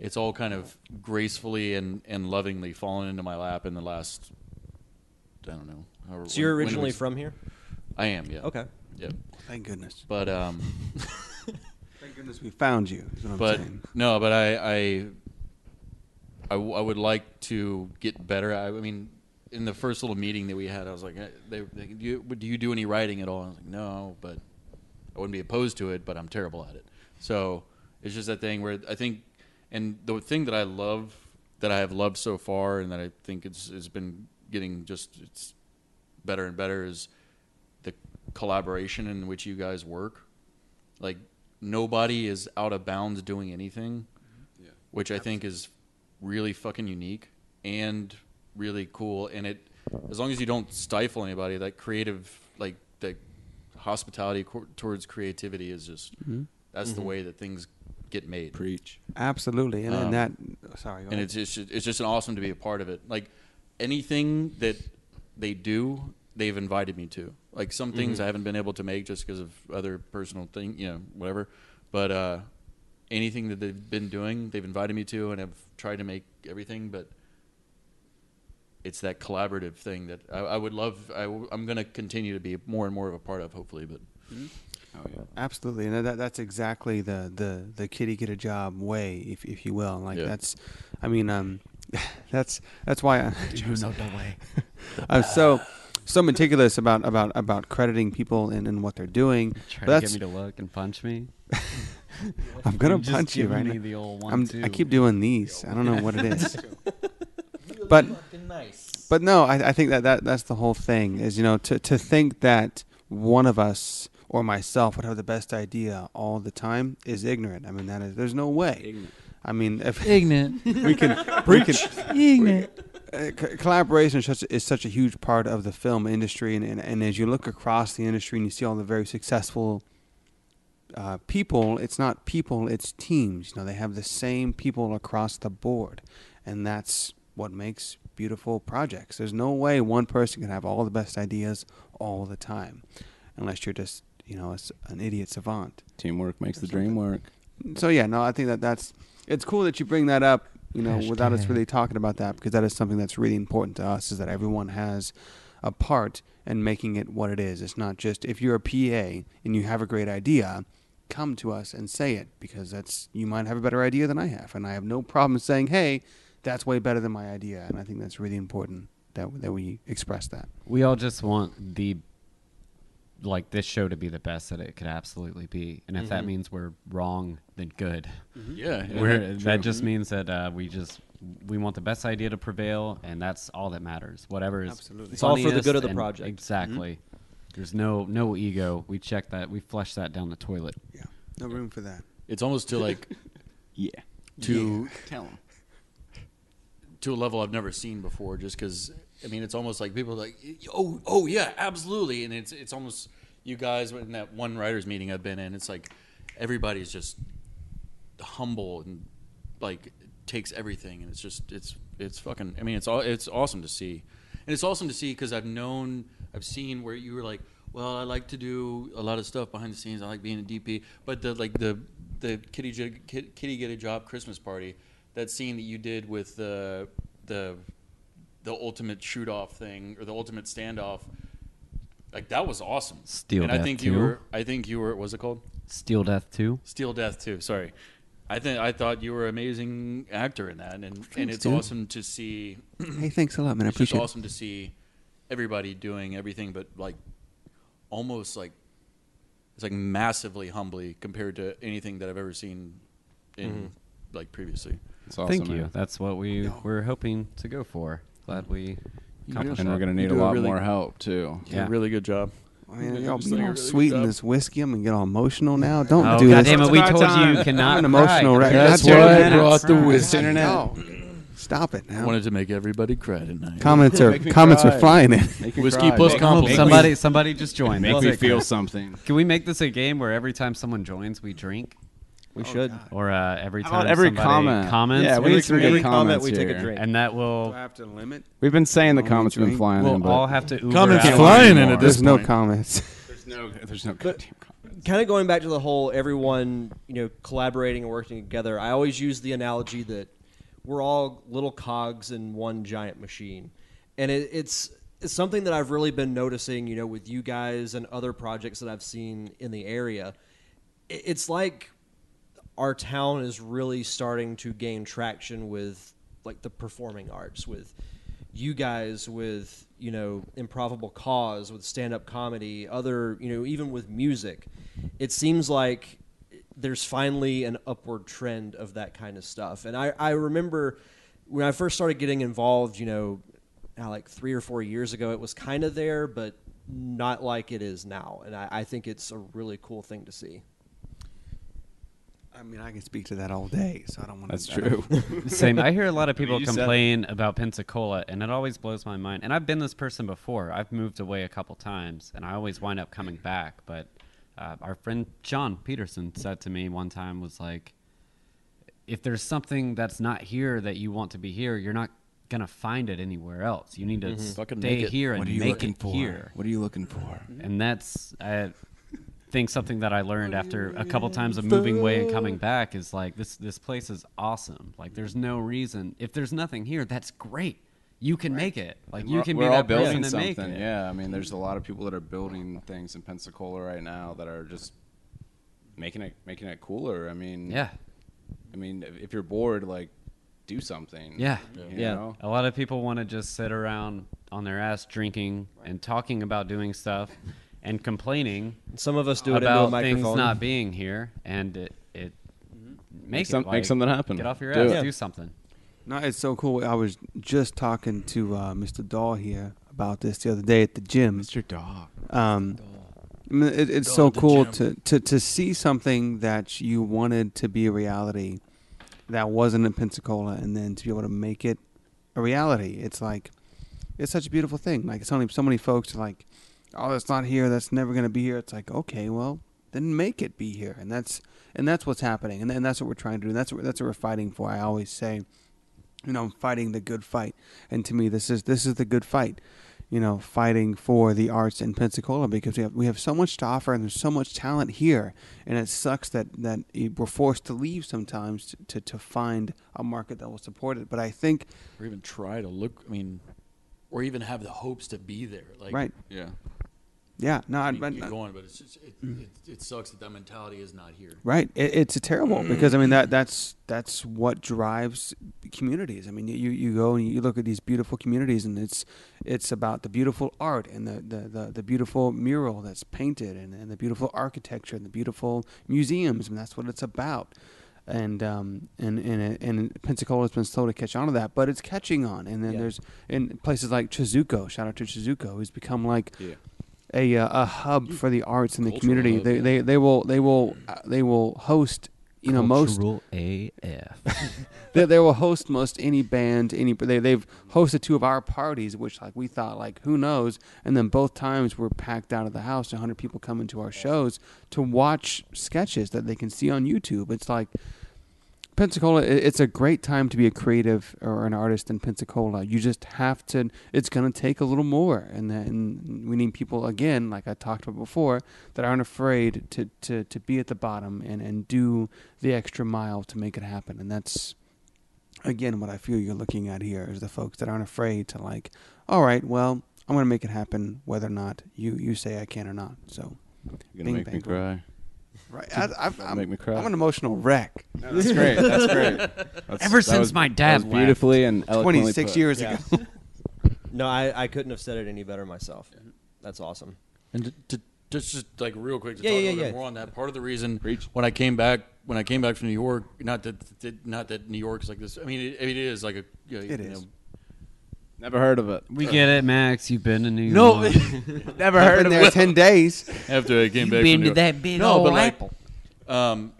it's all kind of gracefully and, and lovingly fallen into my lap in the last I don't know. however-
So you're
when- when it
originally
was-
from here?
I am, yeah.
Okay.
Yeah.
Thank goodness.
But um
Thank goodness we found you. Is what I'm
but
saying.
no, but I I I w- I would like to get better. I, I mean, in the first little meeting that we had, I was like, eh, they, they, do, you, do you do any writing at all? I was like, no, but I wouldn't be opposed to it, but I'm terrible at it. So it's just that thing where I think, and the thing that I love, that I have loved so far, and that I think it's has been getting just it's better and better is the collaboration in which you guys work. Like nobody is out of bounds doing anything, which I think is really fucking unique and really cool. And it, as long as you don't stifle anybody, that creative, like the hospitality co- towards creativity is just that's the way that things get made.
Preach.
absolutely, and, and that. Sorry. go
and
ahead.
it's just it's just an awesome to be a part of it. Like anything that they do, they've invited me to. Like some things
Mm-hmm.
I haven't been able to make just because of other personal thing, you know, whatever. But uh, anything that they've been doing, they've invited me to, and I've tried to make everything. But it's that collaborative thing that I, I would love. I, am going to continue to be more and more of a part of, hopefully. But
Mm-hmm.
Oh yeah.
Absolutely, and that, that's exactly the, the the kitty get a job way, if if you will. Like
Yeah.
that's, I mean, um, that's that's why I, I'm so so meticulous about about about crediting people and, and what they're doing.
Trying
But
to
that's
get me to look and punch me.
I'm gonna
You're just
punch you
giving
right
me
now.
the old one,
I'm, I
two.
keep doing these. I don't know what it is. but but no, I, I think that, that that's the whole thing is you know to to think that one of us or myself would have the best idea all the time is ignorant. I mean that is there's no way. I mean if
ignorant,
we can preach ignorant. Uh, c- collaboration is such, is such a huge part of the film industry, and, and, and as you look across the industry and you see all the very successful uh, people, it's not people, it's teams. You know, they have the same people across the board, and that's what makes beautiful projects. There's no way one person can have all the best ideas all the time, unless you're just you know a s- an idiot savant.
Teamwork makes the dream work.
So yeah, no, I think that that's it's cool that you bring that up. You know, without us
Hashtag.
really talking about that, because that is something that's really important to us. Is that everyone has a part in making it what it is. It's not just if you're a PA and you have a great idea, come to us and say it because that's you might have a better idea than I have, and I have no problem saying, hey, that's way better than my idea. And I think that's really important that that we express that.
We all just want the like this show to be the best that it could absolutely be, and if
Mm-hmm.
that means we're wrong, then good.
yeah,
We're, that just
Mm-hmm.
means that uh, we just we want the best idea to prevail, and that's all that matters. Whatever is
Absolutely.
It's all for the
funniest
good of the
and-
project.
Exactly.
Mm-hmm.
There's no no ego. We check that. We flush that down the toilet.
Yeah, no room for that.
it's almost to like
Yeah.
to
Tell him.
to a level I've never seen before. Just because, I mean, it's almost like people are like, oh, oh yeah, absolutely, and it's it's almost you guys in that one writers meeting I've been in. It's like everybody's just humble and like takes everything, and it's just it's it's fucking. I mean, it's all it's awesome to see, and it's awesome to see because I've known I've seen where you were like, well, I like to do a lot of stuff behind the scenes. I like being a DP, but the like the the kitty Jig- Kid- kitty get a job Christmas party, that scene that you did with the the the ultimate shoot off thing or the ultimate standoff. Like that was awesome.
Steel
and I
Death
think
2.
you were I think you were what was it called?
Steel Death Two.
Steel Death too. Sorry, I think I thought you were an amazing actor in that, and and it's
dude.
awesome to see.
Hey, thanks a lot, man. I
It's just
appreciate it.
awesome to see everybody doing everything, but like almost like it's like massively humbly compared to anything that I've ever seen in like previously.
It's awesome.
Thank you.
man. Mm-hmm.
That's what we were hoping to go for. Glad we accomplished
And we're
that.
gonna
You
need a
do a
lot
really-
more help too.
You did
Yeah.
a really good job.
I mean, y'all,
Just
y'all
like a really good
sweeting
job.
this whiskey. I'm gonna get all emotional now. Don't
Oh
do
God
this.
damn it! We
It's
told
about
you
time.
you cannot.
I'm an emotional
cry.
wreck.
That's
God damn
why I
it.
brought the
God
whiskey.
damn it. No. Stop it
I
now.
wanted to make everybody cry tonight.
Comments are
Make me
comments are
cry.
flying in.
Make me
Whiskey
cry.
plus
Make-
compliments.
Somebody, somebody, just join.
Make
That's
me
it.
feel something.
Can we make this a game where every time someone joins, we drink?
We
Oh,
should.
Or uh, every
How
time
about every
somebody
comment?
comments,
Yeah, we
we
need some
drink,
good
comment,
comments
we take a
here.
drink.
and that will
have to limit.
We've been saying the
Oh,
comments have been
drink.
flying in,
we'll
but
all have to Uber
Comments
out.
flying in
anymore.
at
There's
this
no
point.
comments.
there's no, there's no goddamn comments.
kind of going back to the whole everyone you know collaborating and working together i always use the analogy that we're all little cogs in one giant machine and it, it's it's something that i've really been noticing you know with you guys and other projects that i've seen in the area It- it's like our town is really starting to gain traction with like the performing arts with you guys with you know improbable cause with stand-up comedy other you know even with music it seems like there's finally an upward trend of that kind of stuff and i, I remember when i first started getting involved you know now, like three or four years ago it was kind of there but not like it is now and I, I think it's a really cool thing to see
I mean, I can speak to that all day, so I don't want
That's
to.
true.
Same. I hear a lot of people
you said it.
complain about Pensacola, and it always blows my mind. And I've been this person before. I've moved away a couple times, and I always wind up coming back. But uh, our friend John Peterson said to me one time, was like, if there's something that's not here that you want to be here, you're not gonna find it anywhere else. You need to
Fucking
stay
make it.
here and
Mm-hmm. What are you
make
looking
it
for?
here.
What are you looking for?
and that's I think something that I learned after a couple times of moving away and coming back is like this this place is awesome. Like there's no reason if there's nothing here, that's great. You can make it. Like you
we're,
can
we're
be
all
that person
building
to
something.
make it.
Yeah, I mean, there's a lot of people that are building things in Pensacola right now that are just making it making it cooler. I mean,
Yeah.
I mean, if- if you're bored, like, do something.
Yeah.
you
Yeah.
know?
A lot of people want to just sit around on their ass drinking and talking about doing stuff and complaining
some of us do it
about
into a
things
microphone
not being here and it it makes
some-
it,
make
like,
something happen.
Get off your
Do
ass,
it.
do something.
No, it's so cool. I was just talking to uh, Mr. Dahl here about this the other day at the gym.
Mr. Dog.
Um, I mean, it, it's so cool to, to, to see something that you wanted to be a reality that wasn't in Pensacola and then to be able to make it a reality. It's like, it's such a beautiful thing. Like, it's only so many folks are like, oh, that's not here. That's never going to be here. It's like, okay, well, then make it be here. And that's, and that's what's happening. And, and that's what we're trying to do. And that's what, that's what we're fighting for. I always say, you know, I'm fighting the good fight. And to me, this is this is the good fight. You know, fighting for the arts in Pensacola because we have we have so much to offer and there's so much talent here, and it sucks that that it- we're forced to leave sometimes to, to, to find a market that will support it. But I think
or even try to look. I mean, or even have the hopes to be there. Like,
right,
Yeah.
yeah, no, I,
I mean,
I-
keep going, but it's just, it, it, it sucks that that mentality is not here.
Right. It, it's terrible because I mean that that's that's what drives communities. I mean you, you go and you look at these beautiful communities and it's it's about the beautiful art and the, the, the, the beautiful mural that's painted and, and the beautiful architecture and the beautiful museums and that's what it's about. And um and and, and Pensacola's been slow to catch on to that, but it's catching on. And then
Yeah.
there's in places like Chizuko, shout out to Chizuko, who's become like
Yeah.
a uh, a hub for the arts in the
Cultural
community.
hub,
They,
yeah.
they they will they will uh, they will host you know most
AF.
they, they will host most any band any they, they've hosted two of our parties which like we thought like who knows and then both times we're packed out of the house 100 people coming to our shows to watch sketches that they can see on youtube it's like Pensacola, i- it's a great time to be a creative or an artist in Pensacola. You just have to. It's going to take a little more, and then we need people again, like I talked about before, that aren't afraid to to, to be at the bottom and and do the extra mile to make it happen. And that's again what I feel you're looking at here is the folks that aren't afraid to like. All right, well, I'm going to make it happen, whether or not you you say I can or not. So,
You're
Bing
gonna make
bang.
me cry.
right, I, I've- I'm,
Make me cry.
I'm an emotional wreck.
That's great. That's great. That's,
Ever
that
since
was-
my
that
dad
was beautifully and eloquently
26
put.
years
Yeah.
ago.
No, I, I couldn't have said it any better myself. That's awesome.
And to, to, just just like real quick to
Yeah,
talk
yeah,
a little
yeah.
bit more on that. Part of the reason when I came back when I came back from New York, not that, that not that New York's like this. I mean, it, it is like a you know,
It
you
is.
know,
Never heard of it.
we get it, Max. You've been to New
No,
York.
Never heard been there 10 days.
after I came back
been to
from New York.
that big
no,
old
but like,
apple.
Um,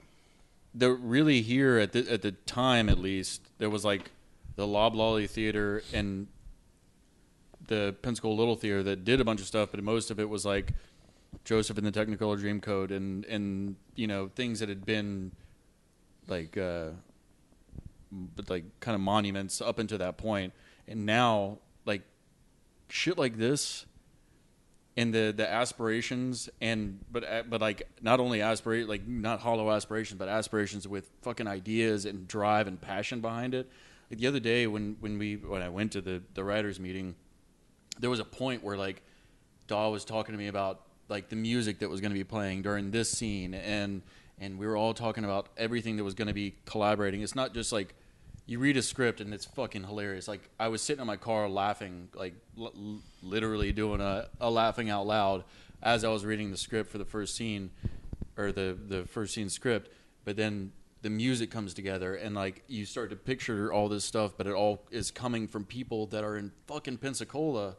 the really here at the at the time at least there was like the Loblolly Theater and the Pensacola Little Theater that did a bunch of stuff, but most of it was like Joseph and the Technicolor Dreamcoat and and you know things that had been like uh, but like kind of monuments up until that point, and now like shit like this and the the aspirations and but but like not only aspirate like not hollow aspirations but aspirations with fucking ideas and drive and passion behind it like the other day when when we when i went to the the writers meeting there was a point where like Daw was talking to me about like the music that was going to be playing during this scene and and we were all talking about everything that was going to be collaborating it's not just like you read a script and it's fucking hilarious like i was sitting in my car laughing like l- literally doing a, a laughing out loud as i was reading the script for the first scene or the the first scene script but then the music comes together and like you start to picture all this stuff but it all is coming from people that are in fucking pensacola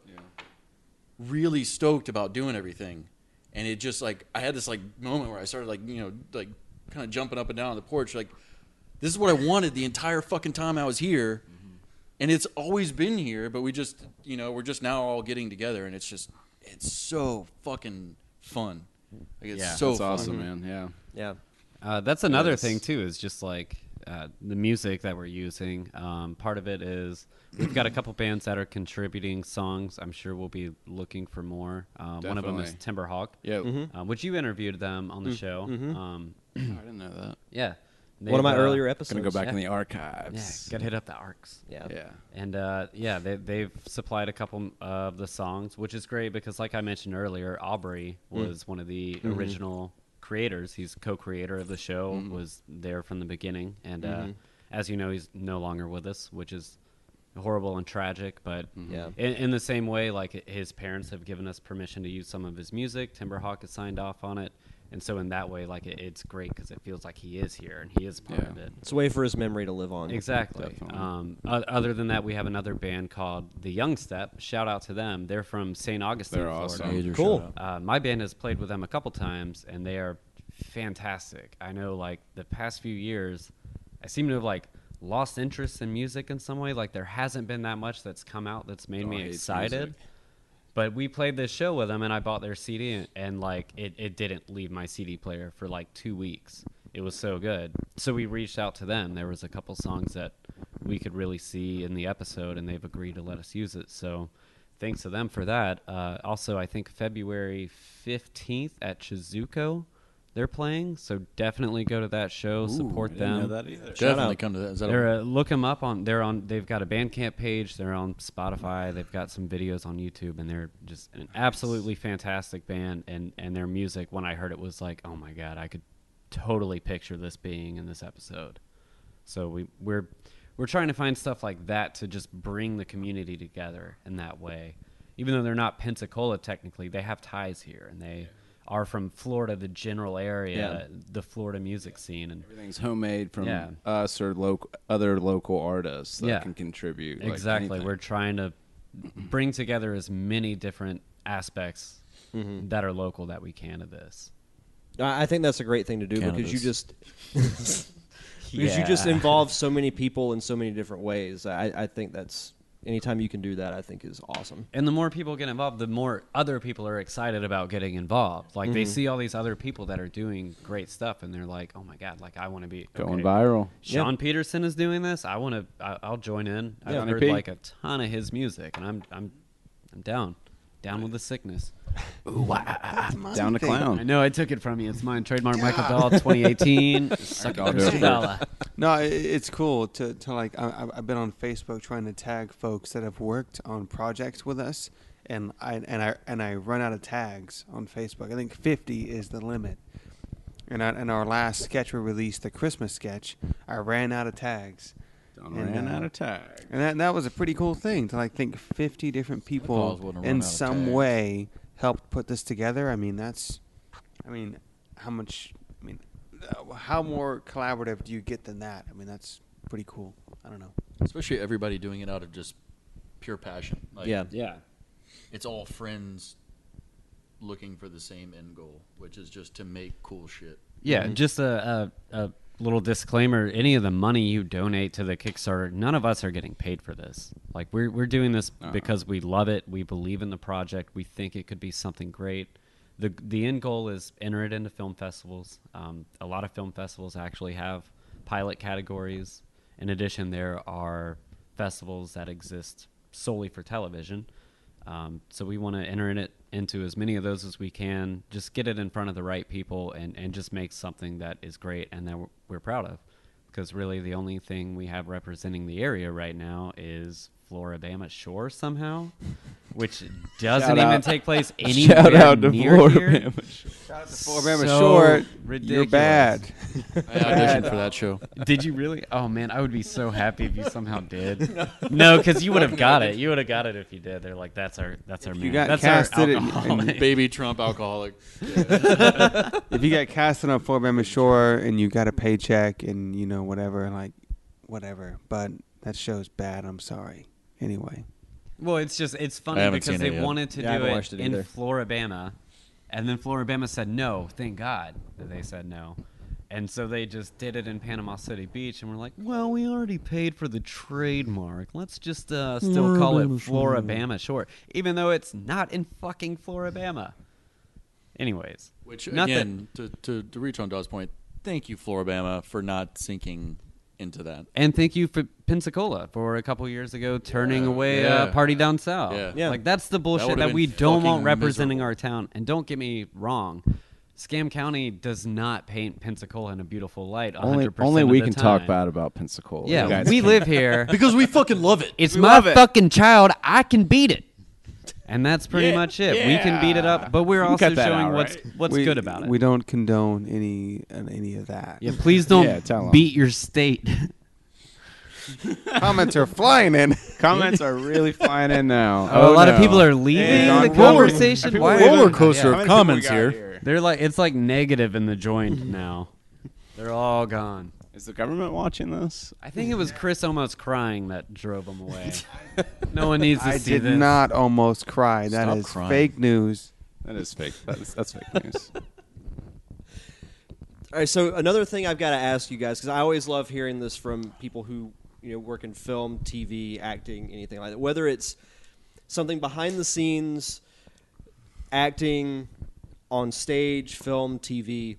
really stoked about doing everything and it just like i had this like moment where i started like you know like kind of jumping up and down on the porch like this is what i wanted the entire fucking time i was here and it's always been here but we just you know we're just now all getting together and it's just it's so fucking fun like it's
Yeah.
so
That's
fun.
awesome, man. Yeah.
Yeah.
Uh, that's another
Yes.
thing too. Is just like uh, the music that we're using. Um, part of it is we've got a couple bands that are contributing songs. I'm sure we'll be looking for more. Um, one of them is Timberhawk.
Yeah. Oh,
Uh, which you interviewed them on the show. Um,
i didn't know that
yeah.
One of my
They've, uh,
earlier episodes.
Gonna go back in
Yeah.
the
Yeah,
archives.
gotta hit up the arcs.
Yeah.
Yeah.
And uh, yeah, they, they've supplied a couple of the songs, which is great because, like I mentioned earlier, Aubrey was one of the original creators. He's co-creator of the show, was there from the beginning, and uh, as you know, he's no longer with us, which is horrible and tragic. But
Yeah.
in, in the same way, like his parents have given us permission to use some of his music. Timberhawk has signed off on it, and so in that way, like it, it's great because it feels like he is here and he is part of it.
It's a way for his memory to live on.
Exactly. Um, o- other than that, we have another band called The Young Step. Shout out to them. They're from St. Augustine,
They're
Florida.
awesome.
Cool.
Uh, my band has played with them a couple times, and they are fantastic. I know, like the past few years, I seem to have like lost interest in music in some way. Like there hasn't been that much that's come out that's made me
hates
excited.
Oh, music.
But we played this show with them, and I bought their CD, and, and like it, it didn't leave my CD player for like two weeks. It was so good. So we reached out to them. There was a couple songs that we could really see in the episode, and they've agreed to let us use it. So thanks to them for that. Uh, also, I think February fifteenth at Chizuko, they're playing. So definitely go to that show. support them.
definitely come to that is that
They're
a,
uh, look them up on they're on they've got a Bandcamp page, they're on Spotify, they've got some videos on YouTube and they're just an absolutely fantastic band and and their music when I heard it was like, "Oh my god, I could totally picture this being in this episode." So we we're we're trying to find stuff like that to just bring the community together in that way. Even though they're not Pensacola technically, they have ties here and they are from Florida, the general area, the Florida music scene and
Everything's homemade from
Yeah.
us or loc- other local artists that
Yeah.
can contribute. like,
exactly
anything.
we're trying to bring together as many different aspects
Mm-hmm.
that are local that we can of this
I I think that's a great thing to do because you
Cannabis.
just because you just
Yeah.
involve so many people in so many different ways. I, I think that's anytime you can do that, I think is awesome.
And the more people get involved, the more other people are excited about getting involved. Like
Mm-hmm.
they see all these other people that are doing great stuff, and they're like, "Oh my god! Like I want to be
Going
okay,
viral.
Sean Peterson is doing this. I want to. I'll join in.
Yeah.
I've
Johnny
heard
P.
like a ton of his music, and I'm I'm I'm down, down with the sickness.
Down to
I
clown.
know I took it from you. It's mine. Trademark Michael Dahl, 2018. Suck it,
I'll do
Mr.
it.
Dahl.
No, i- i- it's cool to, to like. I, I've- I've been on Facebook trying to tag folks that have worked on projects with us, and I and I and I run out of tags on Facebook. I think fifty is the limit. And I, and our last sketch we released, the Christmas sketch, I ran out of tags.
Done
And,
ran
uh,
out of tag.
And that, that was a pretty cool thing to like think 50
Paul's
different people
wouldn't run
in
out of
some
tags.
way helped put this together. I mean, that's, I mean, how much, I mean, uh, how more collaborative do you get than that? I mean, that's pretty cool. I don't know.
Especially everybody doing it out of just pure passion. Like,
Yeah.
Yeah.
it's all friends looking for the same end goal, which is just to make cool shit.
Yeah, just a, a, a little disclaimer. Any of the money you donate to the Kickstarter, none of us are getting paid for this. Like we're we're doing this because we love it. We believe in the project. We think it could be something great. the The end goal is enter it into film festivals. Um, a lot of film festivals actually have pilot categories. In addition, there are festivals that exist solely for television. Um, so we want to enter in it into as many of those as we can. Just get it in front of the right people and, and just make something that is great and that we're, we're proud of. Because really, the only thing we have representing the area right now is Floribama Shore somehow, which doesn't even
out.
take place anywhere
Shout out to
near here.
Florida.
Alabama
So
Short, you're
ridiculous.
bad.
I auditioned for that show.
Did you really? Oh man, I would be so happy if you somehow did. no, because you would have got it. You would have got it if you did. They're like, that's our, that's our
you
man.
got
that's
casted
our
and-
alcoholic.
Baby Trump alcoholic.
if you got casted on Alabama Shore and you got a paycheck and, you know, whatever, like, whatever. But that show's bad. I'm sorry. Anyway.
Well, it's just it's funny
haven't
because
seen
they
it yet.
wanted to
Yeah, I
do
haven't
it,
watched it
in
either.
Floribama, and then Floribama said no. Thank God that they said no, and so they just did it in Panama City Beach, and we're like, well, we already paid for the trademark. Let's just uh, still call it Floribama short, even though it's not in fucking Floribama. Anyways,
Which
Not that-
again, to, to to reach on Dawes' point, thank you, Floribama, for not sinking into that.
and thank you for Pensacola for a couple years ago turning
Yeah.
away
Yeah.
Uh, Party Down South.
Yeah.
Yeah.
Like that's the bullshit that,
would've been
we don't want
fucking
representing
miserable.
our town. And don't get me wrong, Scam County does not paint Pensacola in a beautiful light. 100%
Only, only we
of the
can talk
time.
bad about Pensacola. You
Yeah,
guys
we
can't.
live here.
Because we fucking love it.
It's my fucking child. I can beat it. And that's pretty much it. We can beat it up, but we're also
cut that
showing
out,
what's what's
we,
good about it.
We don't condone any uh, any of that.
yeah, please don't
Yeah, tell 'em.
beat your state.
Comments are flying in.
Comments are really flying in now.
Oh, a lot of
Oh, no.
people are leaving
Don
the
Cole.
conversation.
Why roller coaster of comments here.
They're like it's like negative in the joint now. They're all gone.
Is the government watching this?
I think it was Chris almost crying that drove them away. no one needs to
I
see
did
this.
not almost cry. That is
Stop crying.
fake news.
That is fake. That's, that's fake news.
All right, so another thing I've got to ask you guys because I always love hearing this from people who you know work in film, TV, acting, anything like that. Whether it's something behind the scenes, acting on stage, film, TV.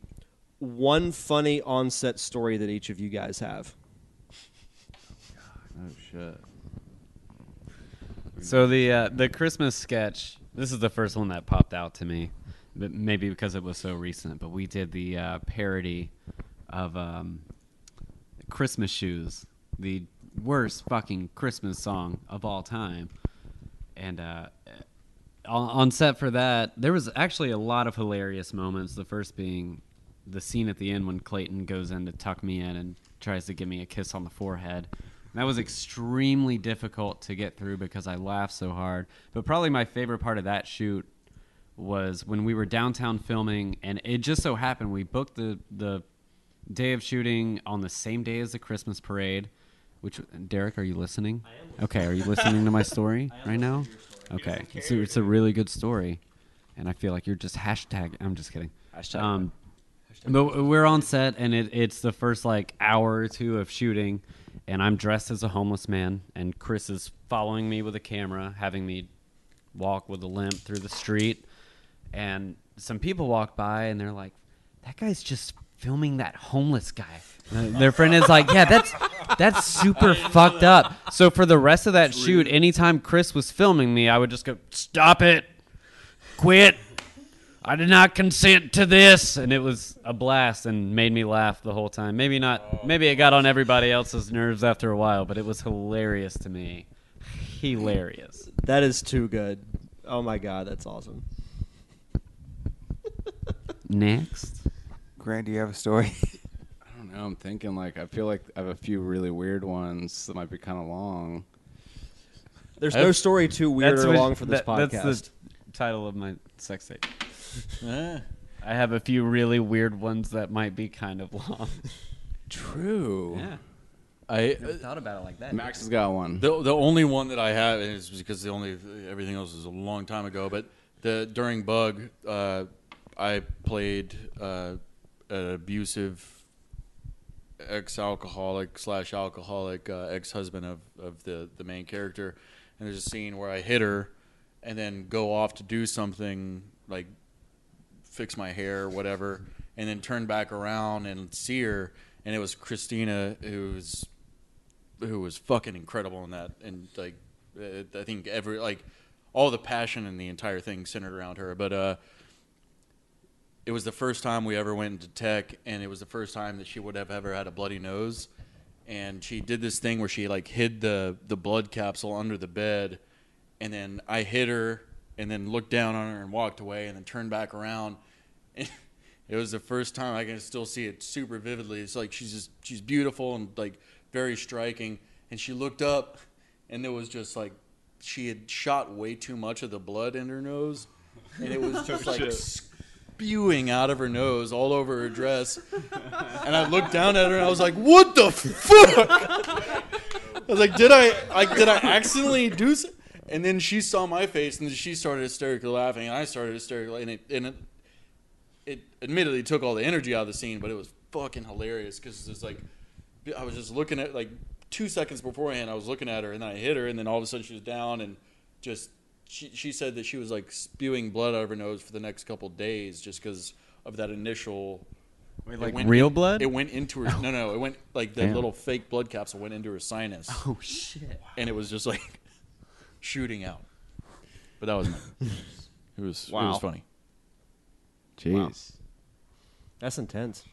One funny on-set story that each of you guys have.
oh shit.
So the uh, the Christmas sketch. This is the first one that popped out to me, but maybe because it was so recent. But we did the uh, parody of um, Christmas shoes, the worst fucking Christmas song of all time, and uh, on, on set for that, there was actually a lot of hilarious moments. The first being the scene at the end when Clayton goes in to tuck me in and tries to give me a kiss on the forehead. And that was extremely difficult to get through because I laughed so hard. But probably my favorite part of that shoot was when we were downtown filming, and it just so happened we booked the the day of shooting on the same day as the Christmas parade. Which Derek, are you listening? I am Okay, are you listening to my story right now? Okay, it's a, it's a really good story, and I feel like you're just hashtag. I'm just kidding. Hashtag. Um,
understand.
But we're on set, and it, it's the first like hour or two of shooting, and I'm dressed as a homeless man, and Chris is following me with a camera, having me walk with a limp through the street, and some people walk by, and they're like, "That guy's just filming that homeless guy." And their friend is like, "Yeah, that's that's super fucked up." So for the rest of that shoot, anytime Chris was filming me, I would just go, "Stop it, quit." I did not consent to this, and it was a blast and made me laugh the whole time. Maybe not. Maybe it got on everybody else's nerves after a while, but it was hilarious to me. Hilarious.
That is too good. Oh my god, that's awesome.
Next,
Grant, do you have a story?
I don't know. I'm thinking like I feel like I have a few really weird ones that might be kind of long.
There's
I've-
no story too weird or
what-
long for this
that-
podcast.
That's the title of my sex tape.
Ah,
I have a few really weird ones that might be kind of long.
True.
Yeah,
I
thought about it like that.
Max has got one.
The the only one that I have is because the only everything else is a long time ago. But the during Bug, uh, I played uh, an abusive ex-alcoholic slash alcoholic uh, ex-husband of of the the main character, and there's a scene where I hit her, and then go off to do something like fix my hair or whatever, and then turn back around and see her, and it was Christina who was who was fucking incredible in that, and like uh, I think every like all the passion and the entire thing centered around her. But uh, it was the first time we ever went into tech, and it was the first time that she would have ever had a bloody nose. And she did this thing where she like hid the the blood capsule under the bed, and then I hit her, and then looked down on her and walked away, and then turned back around. it was the first time I can still see it super vividly. It's like she's just she's beautiful and like very striking. And she looked up, and it was just like she had shot way too much of the blood in her nose, and it was just like spewing out of her nose all over her dress. And I looked down at her and I was like, "What the fuck?" I was like, "Did I like did I accidentally do?" So-? And then she saw my face and she started hysterically laughing, and I started hysterically, and it, and it it admittedly took all the energy out of the scene, but it was fucking hilarious because it's like I was just looking at like two seconds beforehand, I was looking at her and then I hit her, and then all of a sudden she was down and just she she said that she was like spewing blood out of her nose for the next couple days just because of that initial. Wait,
like real blood?
It went into her. No, no, it went like the little fake blood capsule went into her sinus. Oh shit! And it was just like shooting out. But that was, it was it
Wow.
was funny.
Jeez.
that's intense.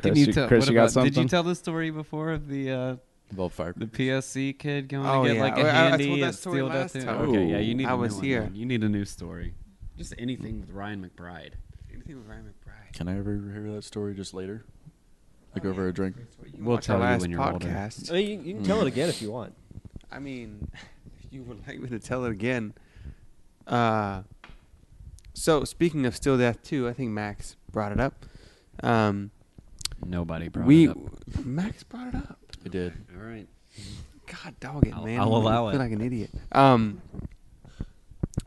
Chris, you, Chris, you got something?
Did you tell the story before of the uh,
Involved fire.
the PSC kid going
Oh,
to get
yeah.
like
Oh, I-
a
I
handy
told that
and
story
steal that
last
thing?
time.
Okay, yeah, you need.
I
a
was
new one,
here.
man. You need a new story. Just anything with Ryan McBride.
Anything with Ryan McBride?
Can I ever hear that story just later? Like over a drink?
You
We'll
watch
tell
our
you
last
when you're older.
podcast.
I mean, you, you can tell it again if you want.
I mean, if you would like me to tell it again. Uh, so speaking of Still Death 2, I think Max brought it up. Um,
Nobody brought
we
it up.
Max brought it up.
I did.
All right.
God, dog it,
I'll-
man.
I'll
You make me
allow
Feel
it.
like an idiot. Um,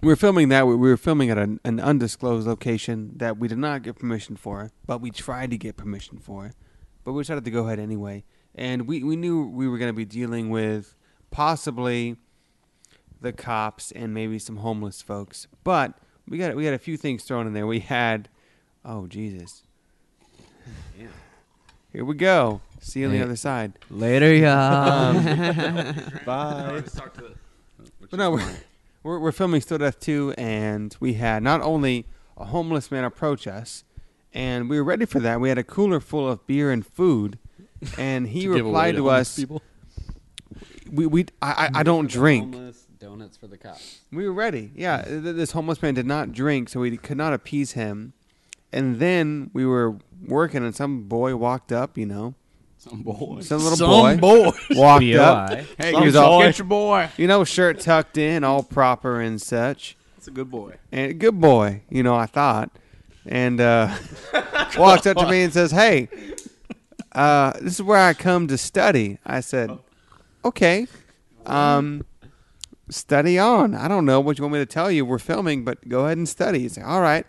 we were filming that. We we were filming at an, an undisclosed location that we did not get permission for, but we tried to get permission for, but we decided to go ahead anyway. And we we knew we were going to be dealing with possibly the cops and maybe some homeless folks, but we got we got a few things thrown in there. We had, oh Jesus. Here we go. See you on
Hey.
the other side.
Later, y'all.
Bye.
But no, we're, we're, we're filming Still Death 2, and we had not only a homeless man approach us, and we were ready for that. We had a cooler full of beer and food, and he replied to us, we, we, I, I, I don't drink.
donuts for the cops.
We were ready. Yeah, th- th- this homeless man did not drink, so we could not appease him. And then we were working, and some boy walked up, you know,
Some boy.
some little
Some
boy
boy.
walked up.
B.O.I..
Hey,
Some
he was all,
Get your boy.
you know, shirt tucked in, all proper and such.
It's a good boy.
and good boy, you know, I thought, and uh, walks up to me and says, "Hey, uh, this is where I come to study." I said,
Oh.
"Okay, um, study on. I don't know what you want me to tell you. We're filming, but go ahead and study." He's like, "All right."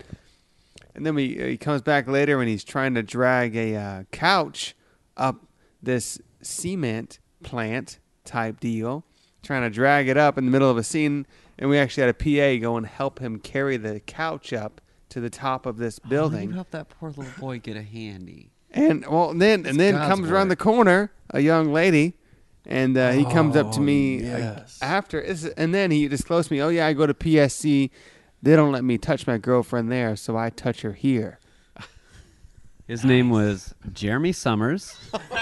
And then we, uh, he comes back later and he's trying to drag a uh, couch up this cement plant type deal, trying to drag it up in the middle of a scene. And we actually had a PA go and help him carry the couch up to the top of this building.
help that poor little boy get a handy.
And well, and then and then
God's
comes around the
work.
corner a young lady, and uh, he comes up to
Oh,
me uh,
yes.
after, it's- and then he disclosed me. Oh yeah, I go to PSC. They don't let me touch my girlfriend there, so I touch her here.
His name was Jeremy Summers.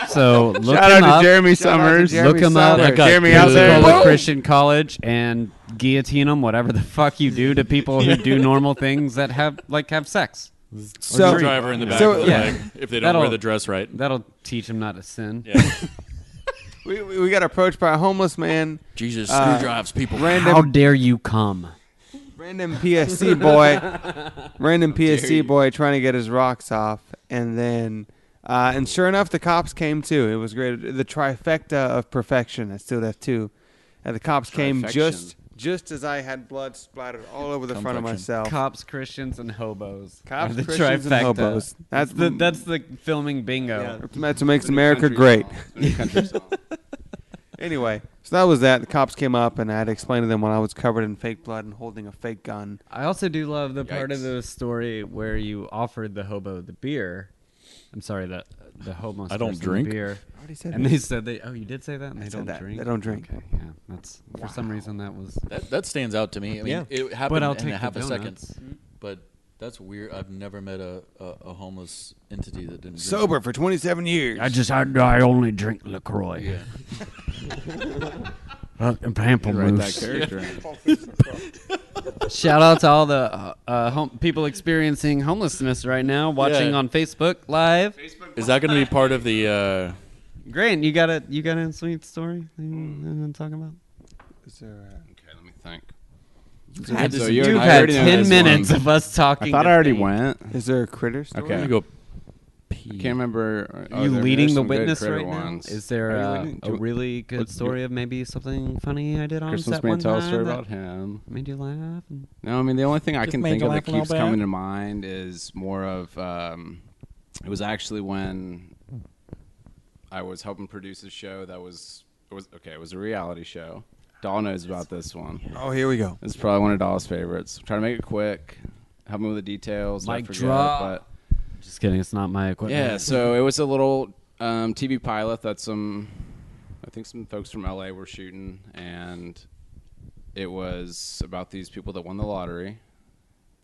So look
Shout
him
out to
up.
Jeremy Summers.
Look him
Summers.
up.
That guy
Jeremy
killed
out there.
it.
Call it
Boom.
Christian college and guillotine them. Whatever the fuck you do to people who do normal things that have like have sex.
So-
Or drink.
driver in the back
So-
of the
Yeah.
leg if they don't
That'll-
wear the dress right.
That'll teach him not to sin.
Yeah.
We, we we got approached by a homeless man,
Jesus
Uh,
screwdrives people.
random
How dare you come?
random PSC boy, random PSC boy trying to get his rocks off, and then uh, and sure enough, the cops came too. It was great. The trifecta of perfection at Steel Death Two, and the cops came just just as I had blood splattered all over the front of
Confection.
myself.
Cops, Christians, and hobos.
Cops,
Are the
Christians, and
trifecta.
hobos.
That's the
Mm.
that's the filming bingo.
Yeah.
That's what makes
It's a
America
country
great.
song. It's a country song.
Anyway, so that was that. The cops came up, and I had to explain to them when I was covered in fake blood and holding a fake gun.
I also do love the part of
Yikes.
the story where you offered the hobo the beer. I'm sorry that the hobo.
I don't
person the
drink.
beer.
I already said
And
that.
they said they. Oh, you did say that. And
I
they
said
don't
that.
drink.
They don't drink.
Okay, yeah, that's for some reason that was.
That, that stands out to me. I mean,
Yeah.
it happened
But I'll
in
take
half
the
a
donuts. Mm-hmm.
second. But that's weird. I've never met a, a, a homeless entity that didn't drink.
sober for 27 years.
I just I, I only drink Lacroix.
Yeah.
Uh, and
Write that
pamplemousse.
character.
Shout out to all the uh, uh, home, people experiencing homelessness right now, watching
Yeah.
on Facebook Live.
Is that going to be part of the? Uh,
Grant, you got a you got a sweet story that you want to talk about?
Is there a-
Okay, let me think.
had
So
this-
you're-
You've
I
had
already know
ten
this
minutes
one.
of us talking.
I thought
to
I already
think.
went.
is there a critter story?
Okay.
you go.
I can't Oh, remember. uh,
Are you leading the witness right
right
now? Is there
Are you
uh,
leading- do
a
you-
really good
what-
story of maybe something funny I did on
Christmas
set one
man tell a
time
story
that
about him.
made you laugh? And
No, I mean the only thing I
Just
can
made
think
you
of that
laugh a little
keeps
bit.
coming to mind is more of um, it was actually when I was helping produce a show that was it was okay. It was a reality show. Dahl knows about this one.
Oh, here we go.
This is probably one of Dahl's favorites. Try to make it quick. Help me with the details. I
Mic
forget,
drop.
But
just kidding, it's not my equipment.
yeah, so it was a little um, TV pilot that some, I think some folks from LA were shooting, and it was about these people that won the lottery.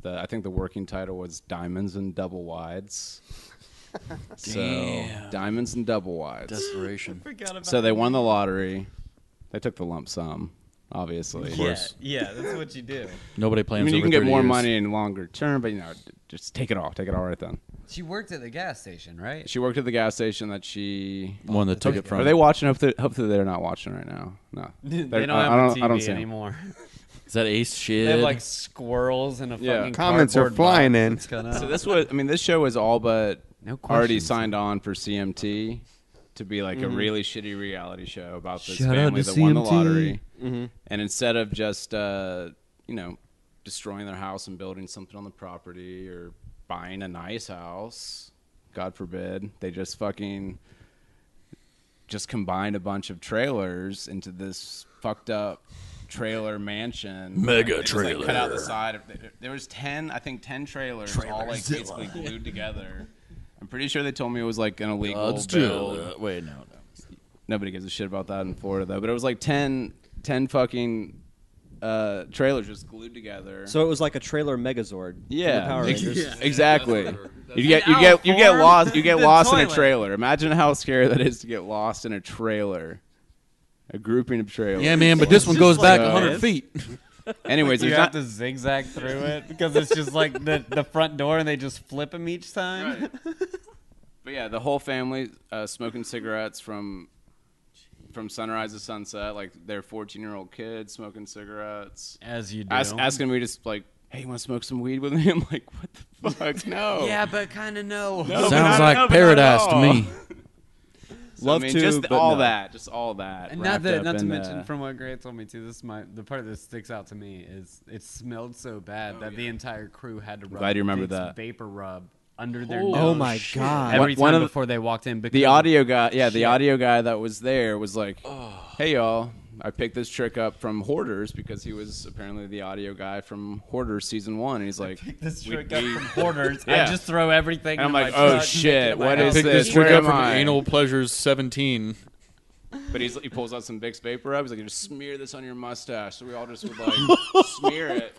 The, I think the working title was Diamonds and Double Wides. so Diamonds and Double Wides.
Desperation.
so they won the lottery. They took the lump sum, obviously.
yeah, that's what you do.
Nobody plans.
I mean, you
over
can get
30
more
years.
money in longer term, but you know, d- just take it all. Take it all right then.
She worked at the gas station, right?
She worked at the gas station that she
One that took it from.
Are they watching? Hopefully, hopefully they're not watching right now. No,
They
They're-
don't
I-
have
I
a
don't-
TV
I don't see 'em.
anymore.
Is that Ace shit?
They have like squirrels and a
Yeah.
fucking
Comments are
cardboard
flying
box
in.
that's gonna-
So this was, I mean, this show was all but
No
already
questions.
signed on for CMT to be like a really shitty reality show about this
Shout out
family
to
that won the
CMT.
lottery. And instead of just, uh, you know, destroying their house and building something on the property or buying a nice house, God forbid, they just fucking just combined a bunch of trailers into this fucked up trailer mansion.
Mega
They just, like, cut out the
trailer.
side. of- there- There was ten, I think, ten trailers all like basically glued together. I'm pretty sure they told me it was like an illegal
God's
build.
drill. Uh, Wait, no, no.
Nobody gives a shit about that in Florida though. But it was like 10, 10 fucking uh, trailers just glued together.
So it was like a trailer Megazord. from the
yeah,
Power
ex-
Rangers.
exactly. You get you get you get lost you get lost in a trailer. Imagine how scary that is to get lost in a trailer, a grouping of trailers.
Yeah, man, but this one goes back
like
100
this.
feet.
Anyways,
you
there's
have
not
to zigzag through it because it's just like the, the front door and they just flip them each time.
But yeah, the whole family uh, smoking cigarettes from from sunrise to sunset. Like their fourteen year old kid smoking cigarettes,
As you do.
As- asking me just like, "Hey, you want to smoke some weed with me?" I'm like, "What the fuck? No."
but kind of no.
oh. No, but
Sounds
not-
like
no, but not at
paradise to
all.
me.
Love
I mean,
to,
just the-
but
all
no.
that, just all that.
And not
wrapped
that,
up
not to
in
uh,
mention,
the-
from what Grant told me too, this is my the part that sticks out to me is it smelled so bad that the entire crew had to rub
Oh, Glad you remembered
Vicks
that.
vapor rub under their nose.
Holy
Oh my god.
Every
One- one
time
of the-
before they walked in, because
The
of-
audio guy, yeah, the audio guy that was there was like, "Hey y'all, I picked this trick up from Hoarders because he was apparently the audio guy from Hoarders season one." And he's like,
This
"We-
trick up
we-"
from hoarders. I
Yeah.
just throw everything.
And I'm
in
like,
my
"Oh,
truck and take
shit,
it to my
what
house."
is
Pick this
this?
trick
Where
up
am
from
I?
Anal Pleasures 17.
But he's, he pulls out some Vicks vapor rub. He's like, "Just smear this on your mustache." So we all just would like smear it.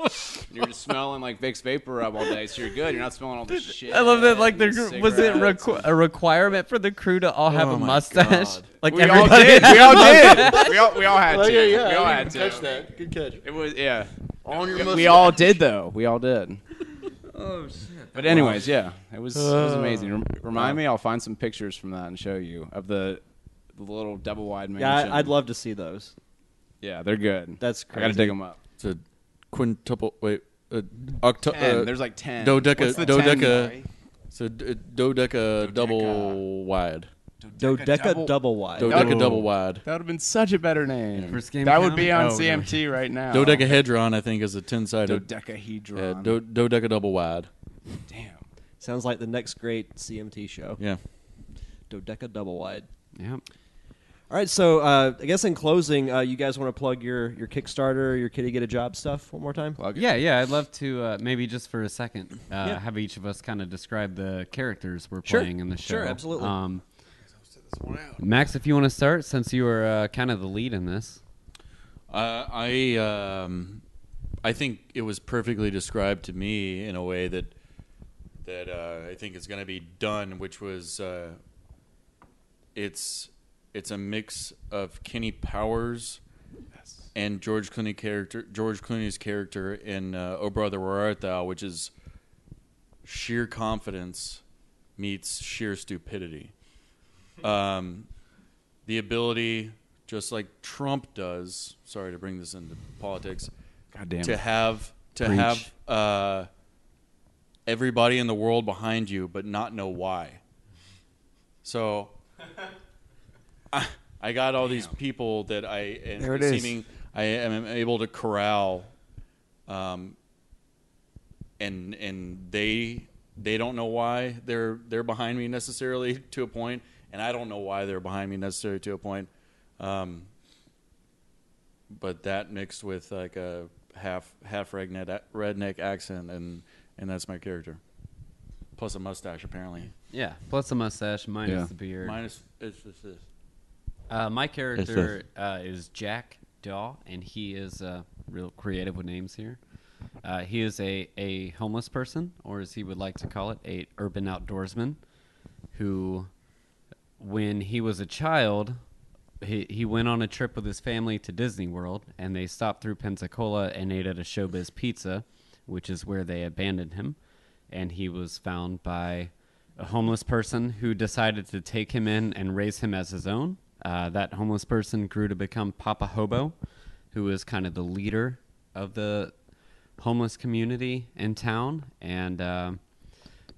And you're just smelling like Vicks vapor rub all day, so you're good. You're not smelling all this shit.
I love that. Like,
and
the, was it
cigarettes.
requ- a requirement for the crew to all have
Oh
a
my
mustache?
God.
Like
We all
everybody.
did. We all did. We all we all had to. we all had to.
that. Good catch.
It was yeah.
On your
We all did though. We all did. oh shit! But anyways, yeah, it was it
Uh,
was amazing. Rem- Remind me, I'll find some pictures from that and show you of the, the little double wide mansion.
Yeah, I, I'd love to see those.
Yeah, they're good.
That's
I gotta
crazy.
dig them up.
It's a quintuple. Wait, a octu-
Ten.
uh,
There's like ten.
dodeca.
What's the ten,
dodeca.
Maury?
It's a d- dodeca double wide.
Dodeca double, wide.
Dodeca double wide.
That would have been such a better name.
For Scam
that would be
County?
on
Oh,
CMT right now.
Dodecahedron, I think, is a ten-sided.
Dodecahedron.
yeah, do- dodeca double wide.
Damn.
Sounds like the next great CMT show.
Yeah.
Dodeca double wide.
Yep.
All right, so uh, I guess in closing, uh, you guys want to plug your your Kickstarter, your Kitty Get a Job stuff one more time?
Yeah, yeah. I'd love to uh, maybe just for a second uh, have each of us kind of describe the characters we're
Sure.
playing in the show.
Sure, absolutely.
Um, Max, if you want to start, since you were uh, kind of the lead in this.
Uh, I um, I think it was perfectly described to me in a way that that uh, I think is going to be done, which was uh, it's it's a mix of Kenny Powers and George Clooney character George Clooney's character in uh, Oh Brother Where Art Thou, which is sheer confidence meets sheer stupidity. Um, the ability, just like Trump does, sorry to bring this into politics,
God damn.
to have to have uh, everybody in the world behind you, but not know why. So I, I got all these people that I am
There it is.
seeming I am able to corral, um, and and they they don't know why they're they're behind me necessarily to a point, and I don't know why they're behind me necessarily to a point. Um, but that mixed with like a half half redneck redneck accent and and that's my character plus a mustache apparently
Yeah. Plus a mustache, minus
Yeah.
the beard.
minus it's just this
Uh, my character uh, is Jack Daw, and he is uh, real creative with names here. Uh, he is a, a homeless person, or as he would like to call it, a urban outdoorsman, who, when he was a child, he, he went on a trip with his family to Disney World, and they stopped through Pensacola and ate at a Showbiz Pizza, which is where they abandoned him, and he was found by a homeless person who decided to take him in and raise him as his own. Uh, that homeless person grew to become Papa Hobo, who is kind of the leader of the homeless community in town. And uh,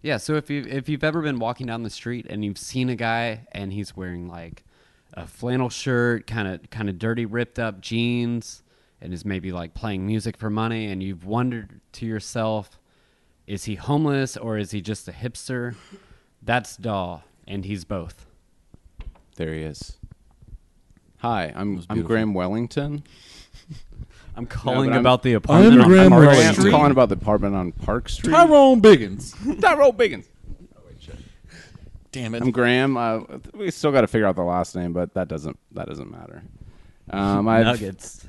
yeah, so if you if you've ever been walking down the street and you've seen a guy and he's wearing like a flannel shirt, kind of kind of dirty, ripped up jeans, and is maybe like playing music for money, and you've wondered to yourself, is he homeless or is he just a hipster? That's Daw, and he's both.
There he is. Hi, I'm I'm
beautiful.
Graham Wellington.
I'm calling
but I'm-
about the apartment. on
Graham
Park
Wright.
I'm
Street.
Street.
calling about the apartment on Park Street.
tyrone biggins
Tyrone Biggins.
damn it
I'm Graham. Uh, we still got to figure out the last name, but that doesn't that doesn't matter. Um, I've-
Nuggets.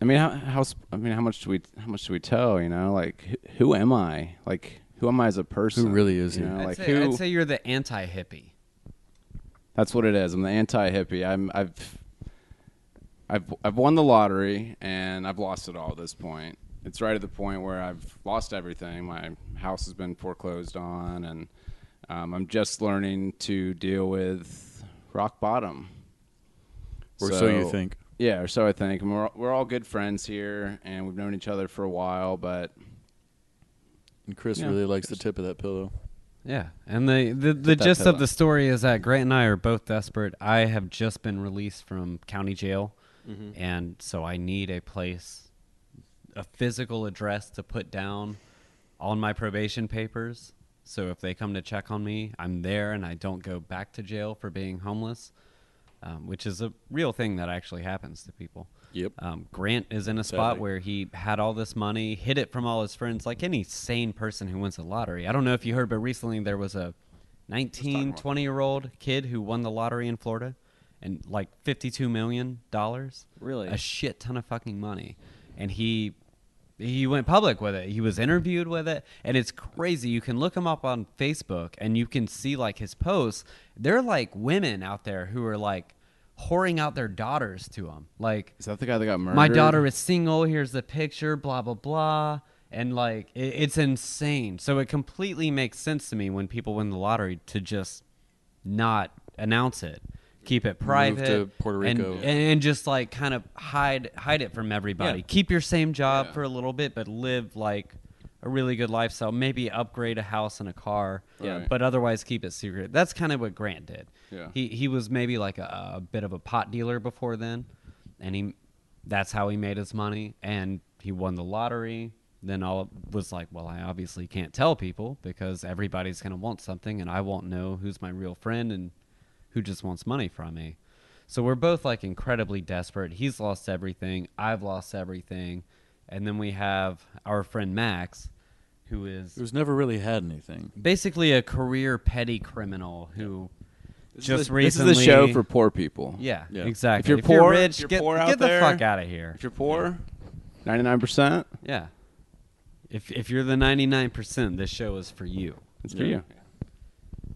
I mean, how, how s- I mean, how much do we how much do we tell? You know, like who, who am I? Like who am I as a person?
really is
You
he?
know,
I'd,
like
say,
who?
I'd say you're the anti hippie.
That's what it is. I'm the anti hippie. I'm I've I've I've won the lottery and I've lost it all at this point. It's right at the point where I've lost everything. My house has been foreclosed on, and um, I'm just learning to deal with rock bottom.
or so, you think
Yeah, or so I think. And we're we're all good friends here, and we've known each other for a while. But
and chris
Yeah.
really likes the tip of that pillow
Yeah, and the the, the
that
gist
pill
of the
out.
story is that Grant and I are both desperate. I have just been released from county jail,
Mm-hmm.
and so I need a place, a physical address to put down on my probation papers. So if they come to check on me, I'm there, and I don't go back to jail for being homeless, um, which is a real thing that actually happens to people.
Yep.
Um, Grant is in a spot
Sadly.
where he had all this money, hid it from all his friends, like any sane person who wins the lottery. I don't know if you heard, but recently there was a 19, 20 year old kid who won the lottery in Florida and like $52 million.
Really?
A shit ton of fucking money. And he. He went public with it. He was interviewed with it, and it's crazy. You can look him up on Facebook, and you can see like his posts. They're like women out there who are like whoring out their daughters to him. Like
Is that the guy that got murdered?
my daughter is single. Here's the picture. Blah blah blah. And like it, it's insane. So it completely makes sense to me when people win the lottery to just not announce it, keep it private,
Puerto
and-
Rico.
and, and just like kind of hide hide it from everybody.
Yeah.
Keep your same job
Yeah.
for a little bit, but live like a really good lifestyle. Maybe upgrade a house and a car.
Yeah. Right.
But otherwise, keep it secret. That's kind of what Grant did.
Yeah.
He he was maybe like a, a bit of a pot dealer before then, and he that's how he made his money. And he won the lottery. Then all was like, well, I obviously can't tell people because everybody's gonna want something, and I won't know who's my real friend and who just wants money from me. So we're both like incredibly desperate. He's lost everything. I've lost everything. And then we have our friend Max, who is
Who's never really had anything.
basically a career petty criminal who
This
just
is the,
recently.
This is the show for poor people.
Yeah,
Yeah.
exactly.
If you're poor-
rich,
if you're
get,
poor
get
out
the
there-
fuck out of here.
If you're poor, ninety-nine percent.
Yeah. If if you're the 99%, this show is for you.
It's for
Yeah.
you.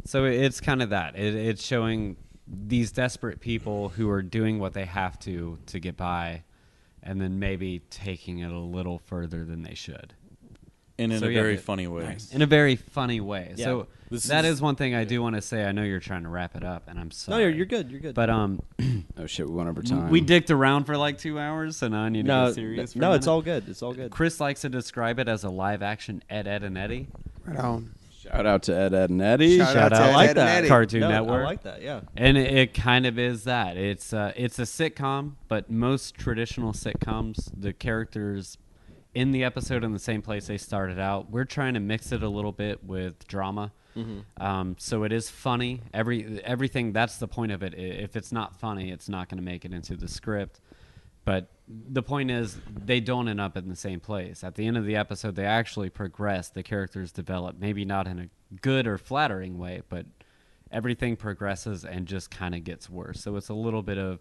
So it- it's kind of that. It, it's showing these desperate people who are doing what they have to to get by, and then maybe taking it a little further than they should
And in
So,
a
yeah,
very
it-
funny way.
in a very funny way.
Yeah.
So
This
that
is-
is one thing I do want to say. I know you're trying to wrap it up, and I'm
No,
sorry.
Oh, you're, you're good. You're good.
But um,
Oh shit, we went over time.
we dicked around for like two hours, so now I need to
no,
get serious. for a
no, it's
minute.
all good. It's all good.
Chris likes to describe it as a live action Ed, Ed, and Eddie.
Right on.
Shout out to Ed, Ed, and Eddie.
Shout out to
I
Ed,
like
Ed,
that
and Eddie.
Cartoon
No,
Network.
I like that. Yeah.
And it, it kind of is that. It's uh, it's a sitcom, but most traditional sitcoms, the characters in the episode in the same place they started out. We're trying to mix it a little bit with drama, um, so it is funny. Every everything that's the point of it. I- If it's not funny, it's not going to make it into the script. But the point is, they don't end up in the same place. At the end of the episode, they actually progress. The characters develop, maybe not in a good or flattering way, but everything progresses and just kind of gets worse. So it's a little bit of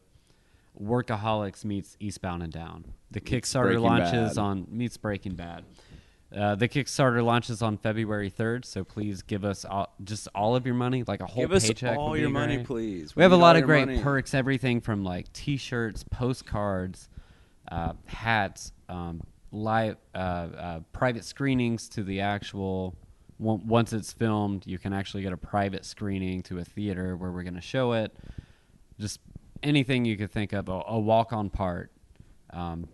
workaholics meets Eastbound and Down. The Kickstarter
Breaking
launches
Bad.
on meets Breaking Bad. Uh, the Kickstarter launches on February third, so please give us all, just all of your money, like a whole
Give us
paycheck. would
all
be
your money,
great.
please.
We
We
have a
need
lot
all
of
your
great
money.
perks, everything from like T-shirts, postcards, uh, hats, um, live uh, uh, private screenings to the actual. on- Once it's filmed, you can actually get a private screening to a theater where we're going to show it. Just anything you could think of, a, a walk-on part. Um,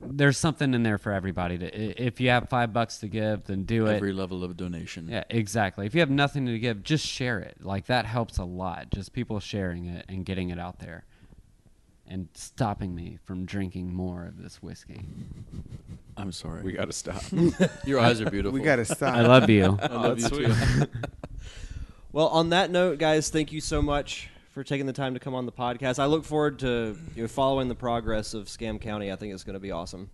there's something in there for everybody. To, i- if you have five bucks to give, then do it.
Every level of donation.
Yeah, exactly. If you have nothing to give, just share it. Like that helps a lot. Just people sharing it and getting it out there and stopping me from drinking more of this whiskey.
I'm sorry.
we gotta stop.
your eyes are beautiful.
We got to stop.
I love you.
I love you too.
Well, on that note, guys, thank you so much for taking the time to come on the podcast. I look forward to you know, following the progress of Scam County. I think it's going to be awesome.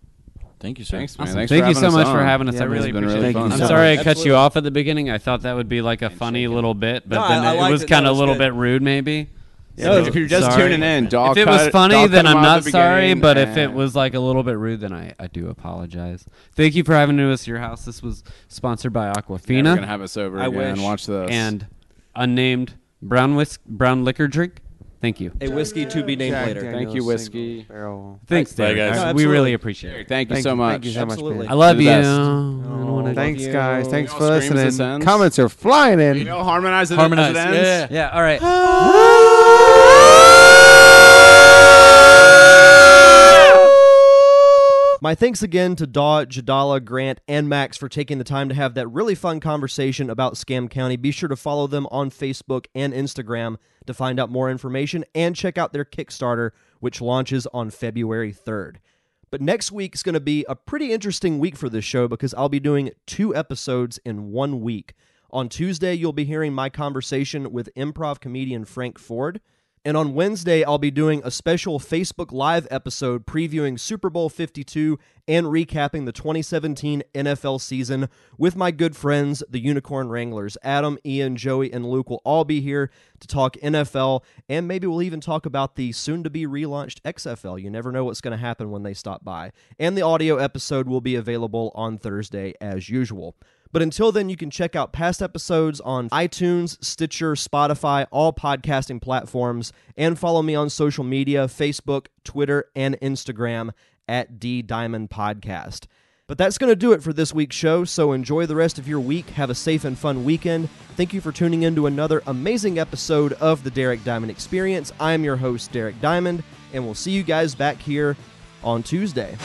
Thank you, sir.
Thanks, man.
Awesome.
Thanks
Thank
for
you
having
so
us
much
on.
for having us.
Yeah,
I
man,
really
it's been
appreciate
really
it.
fun.
I'm
So
sorry I
much.
cut you off at the beginning. I thought that would be like a funny little bit, but
No,
then
I- I
it
liked
was
it. No,
kind
it
of a
was
little
good.
bit rude, maybe.
No, if you're just
Sorry.
tuning in, dog.
if it was
cut-
funny,
dog
then
cut him
I'm
out
not
at the
sorry.
beginning,
But if it
and-
was like a little bit rude, then I, I do apologize. Thank you for having us at your house. This was sponsored by
Yeah,
Aquafina.
we're gonna have us over
I
again.
wish.
Watch this.
and unnamed brown whisk brown liquor drink. Thank you.
A whiskey to be named
Jack
later.
Daniel's
you,
single
whiskey.
Barrel.
Thanks,
Bye,
Derek.
guys.
No,
we
absolutely.
really appreciate it.
thank you so
you.
much.
Thank you so much.
Absolutely.
Barry.
I love
the
you.
best.
I don't wanna-
Thanks,
you.
guys. Thanks
Y'all
for
scream as this
listening.
ends?
Comments are flying in.
You know, harmonize it.
Harmonize.
As it ends.
Yeah. All right.
My thanks again to Daw, Jadala, Grant, and Max for taking the time to have that really fun conversation about Scam County. Be sure to follow them on Facebook and Instagram to find out more information and check out their Kickstarter, which launches on February 3rd. But next week's going to be a pretty interesting week for this show because I'll be doing two episodes in one week. On Tuesday, you'll be hearing my conversation with improv comedian Frank Ford. And on Wednesday, I'll be doing a special Facebook Live episode previewing Super Bowl 52 and recapping the 2017 NFL season with my good friends, the Unicorn Wranglers. Adam, Ian, Joey, and Luke will all be here to talk NFL, and maybe we'll even talk about the soon to be relaunched XFL. You never know what's going to happen when they stop by. And the audio episode will be available on Thursday as usual. But until then, you can check out past episodes on iTunes, Stitcher, Spotify, all podcasting platforms, and follow me on social media Facebook, Twitter, and Instagram at D Diamond Podcast. But that's going to do it for this week's show, so enjoy the rest of your week. Have a safe and fun weekend. Thank you for tuning in to another amazing episode of the Derek Diamond Experience. I'm your host, Derek Diamond, and we'll see you guys back here on Tuesday.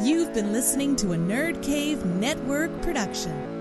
You've been listening to a Nerd Cave Network production.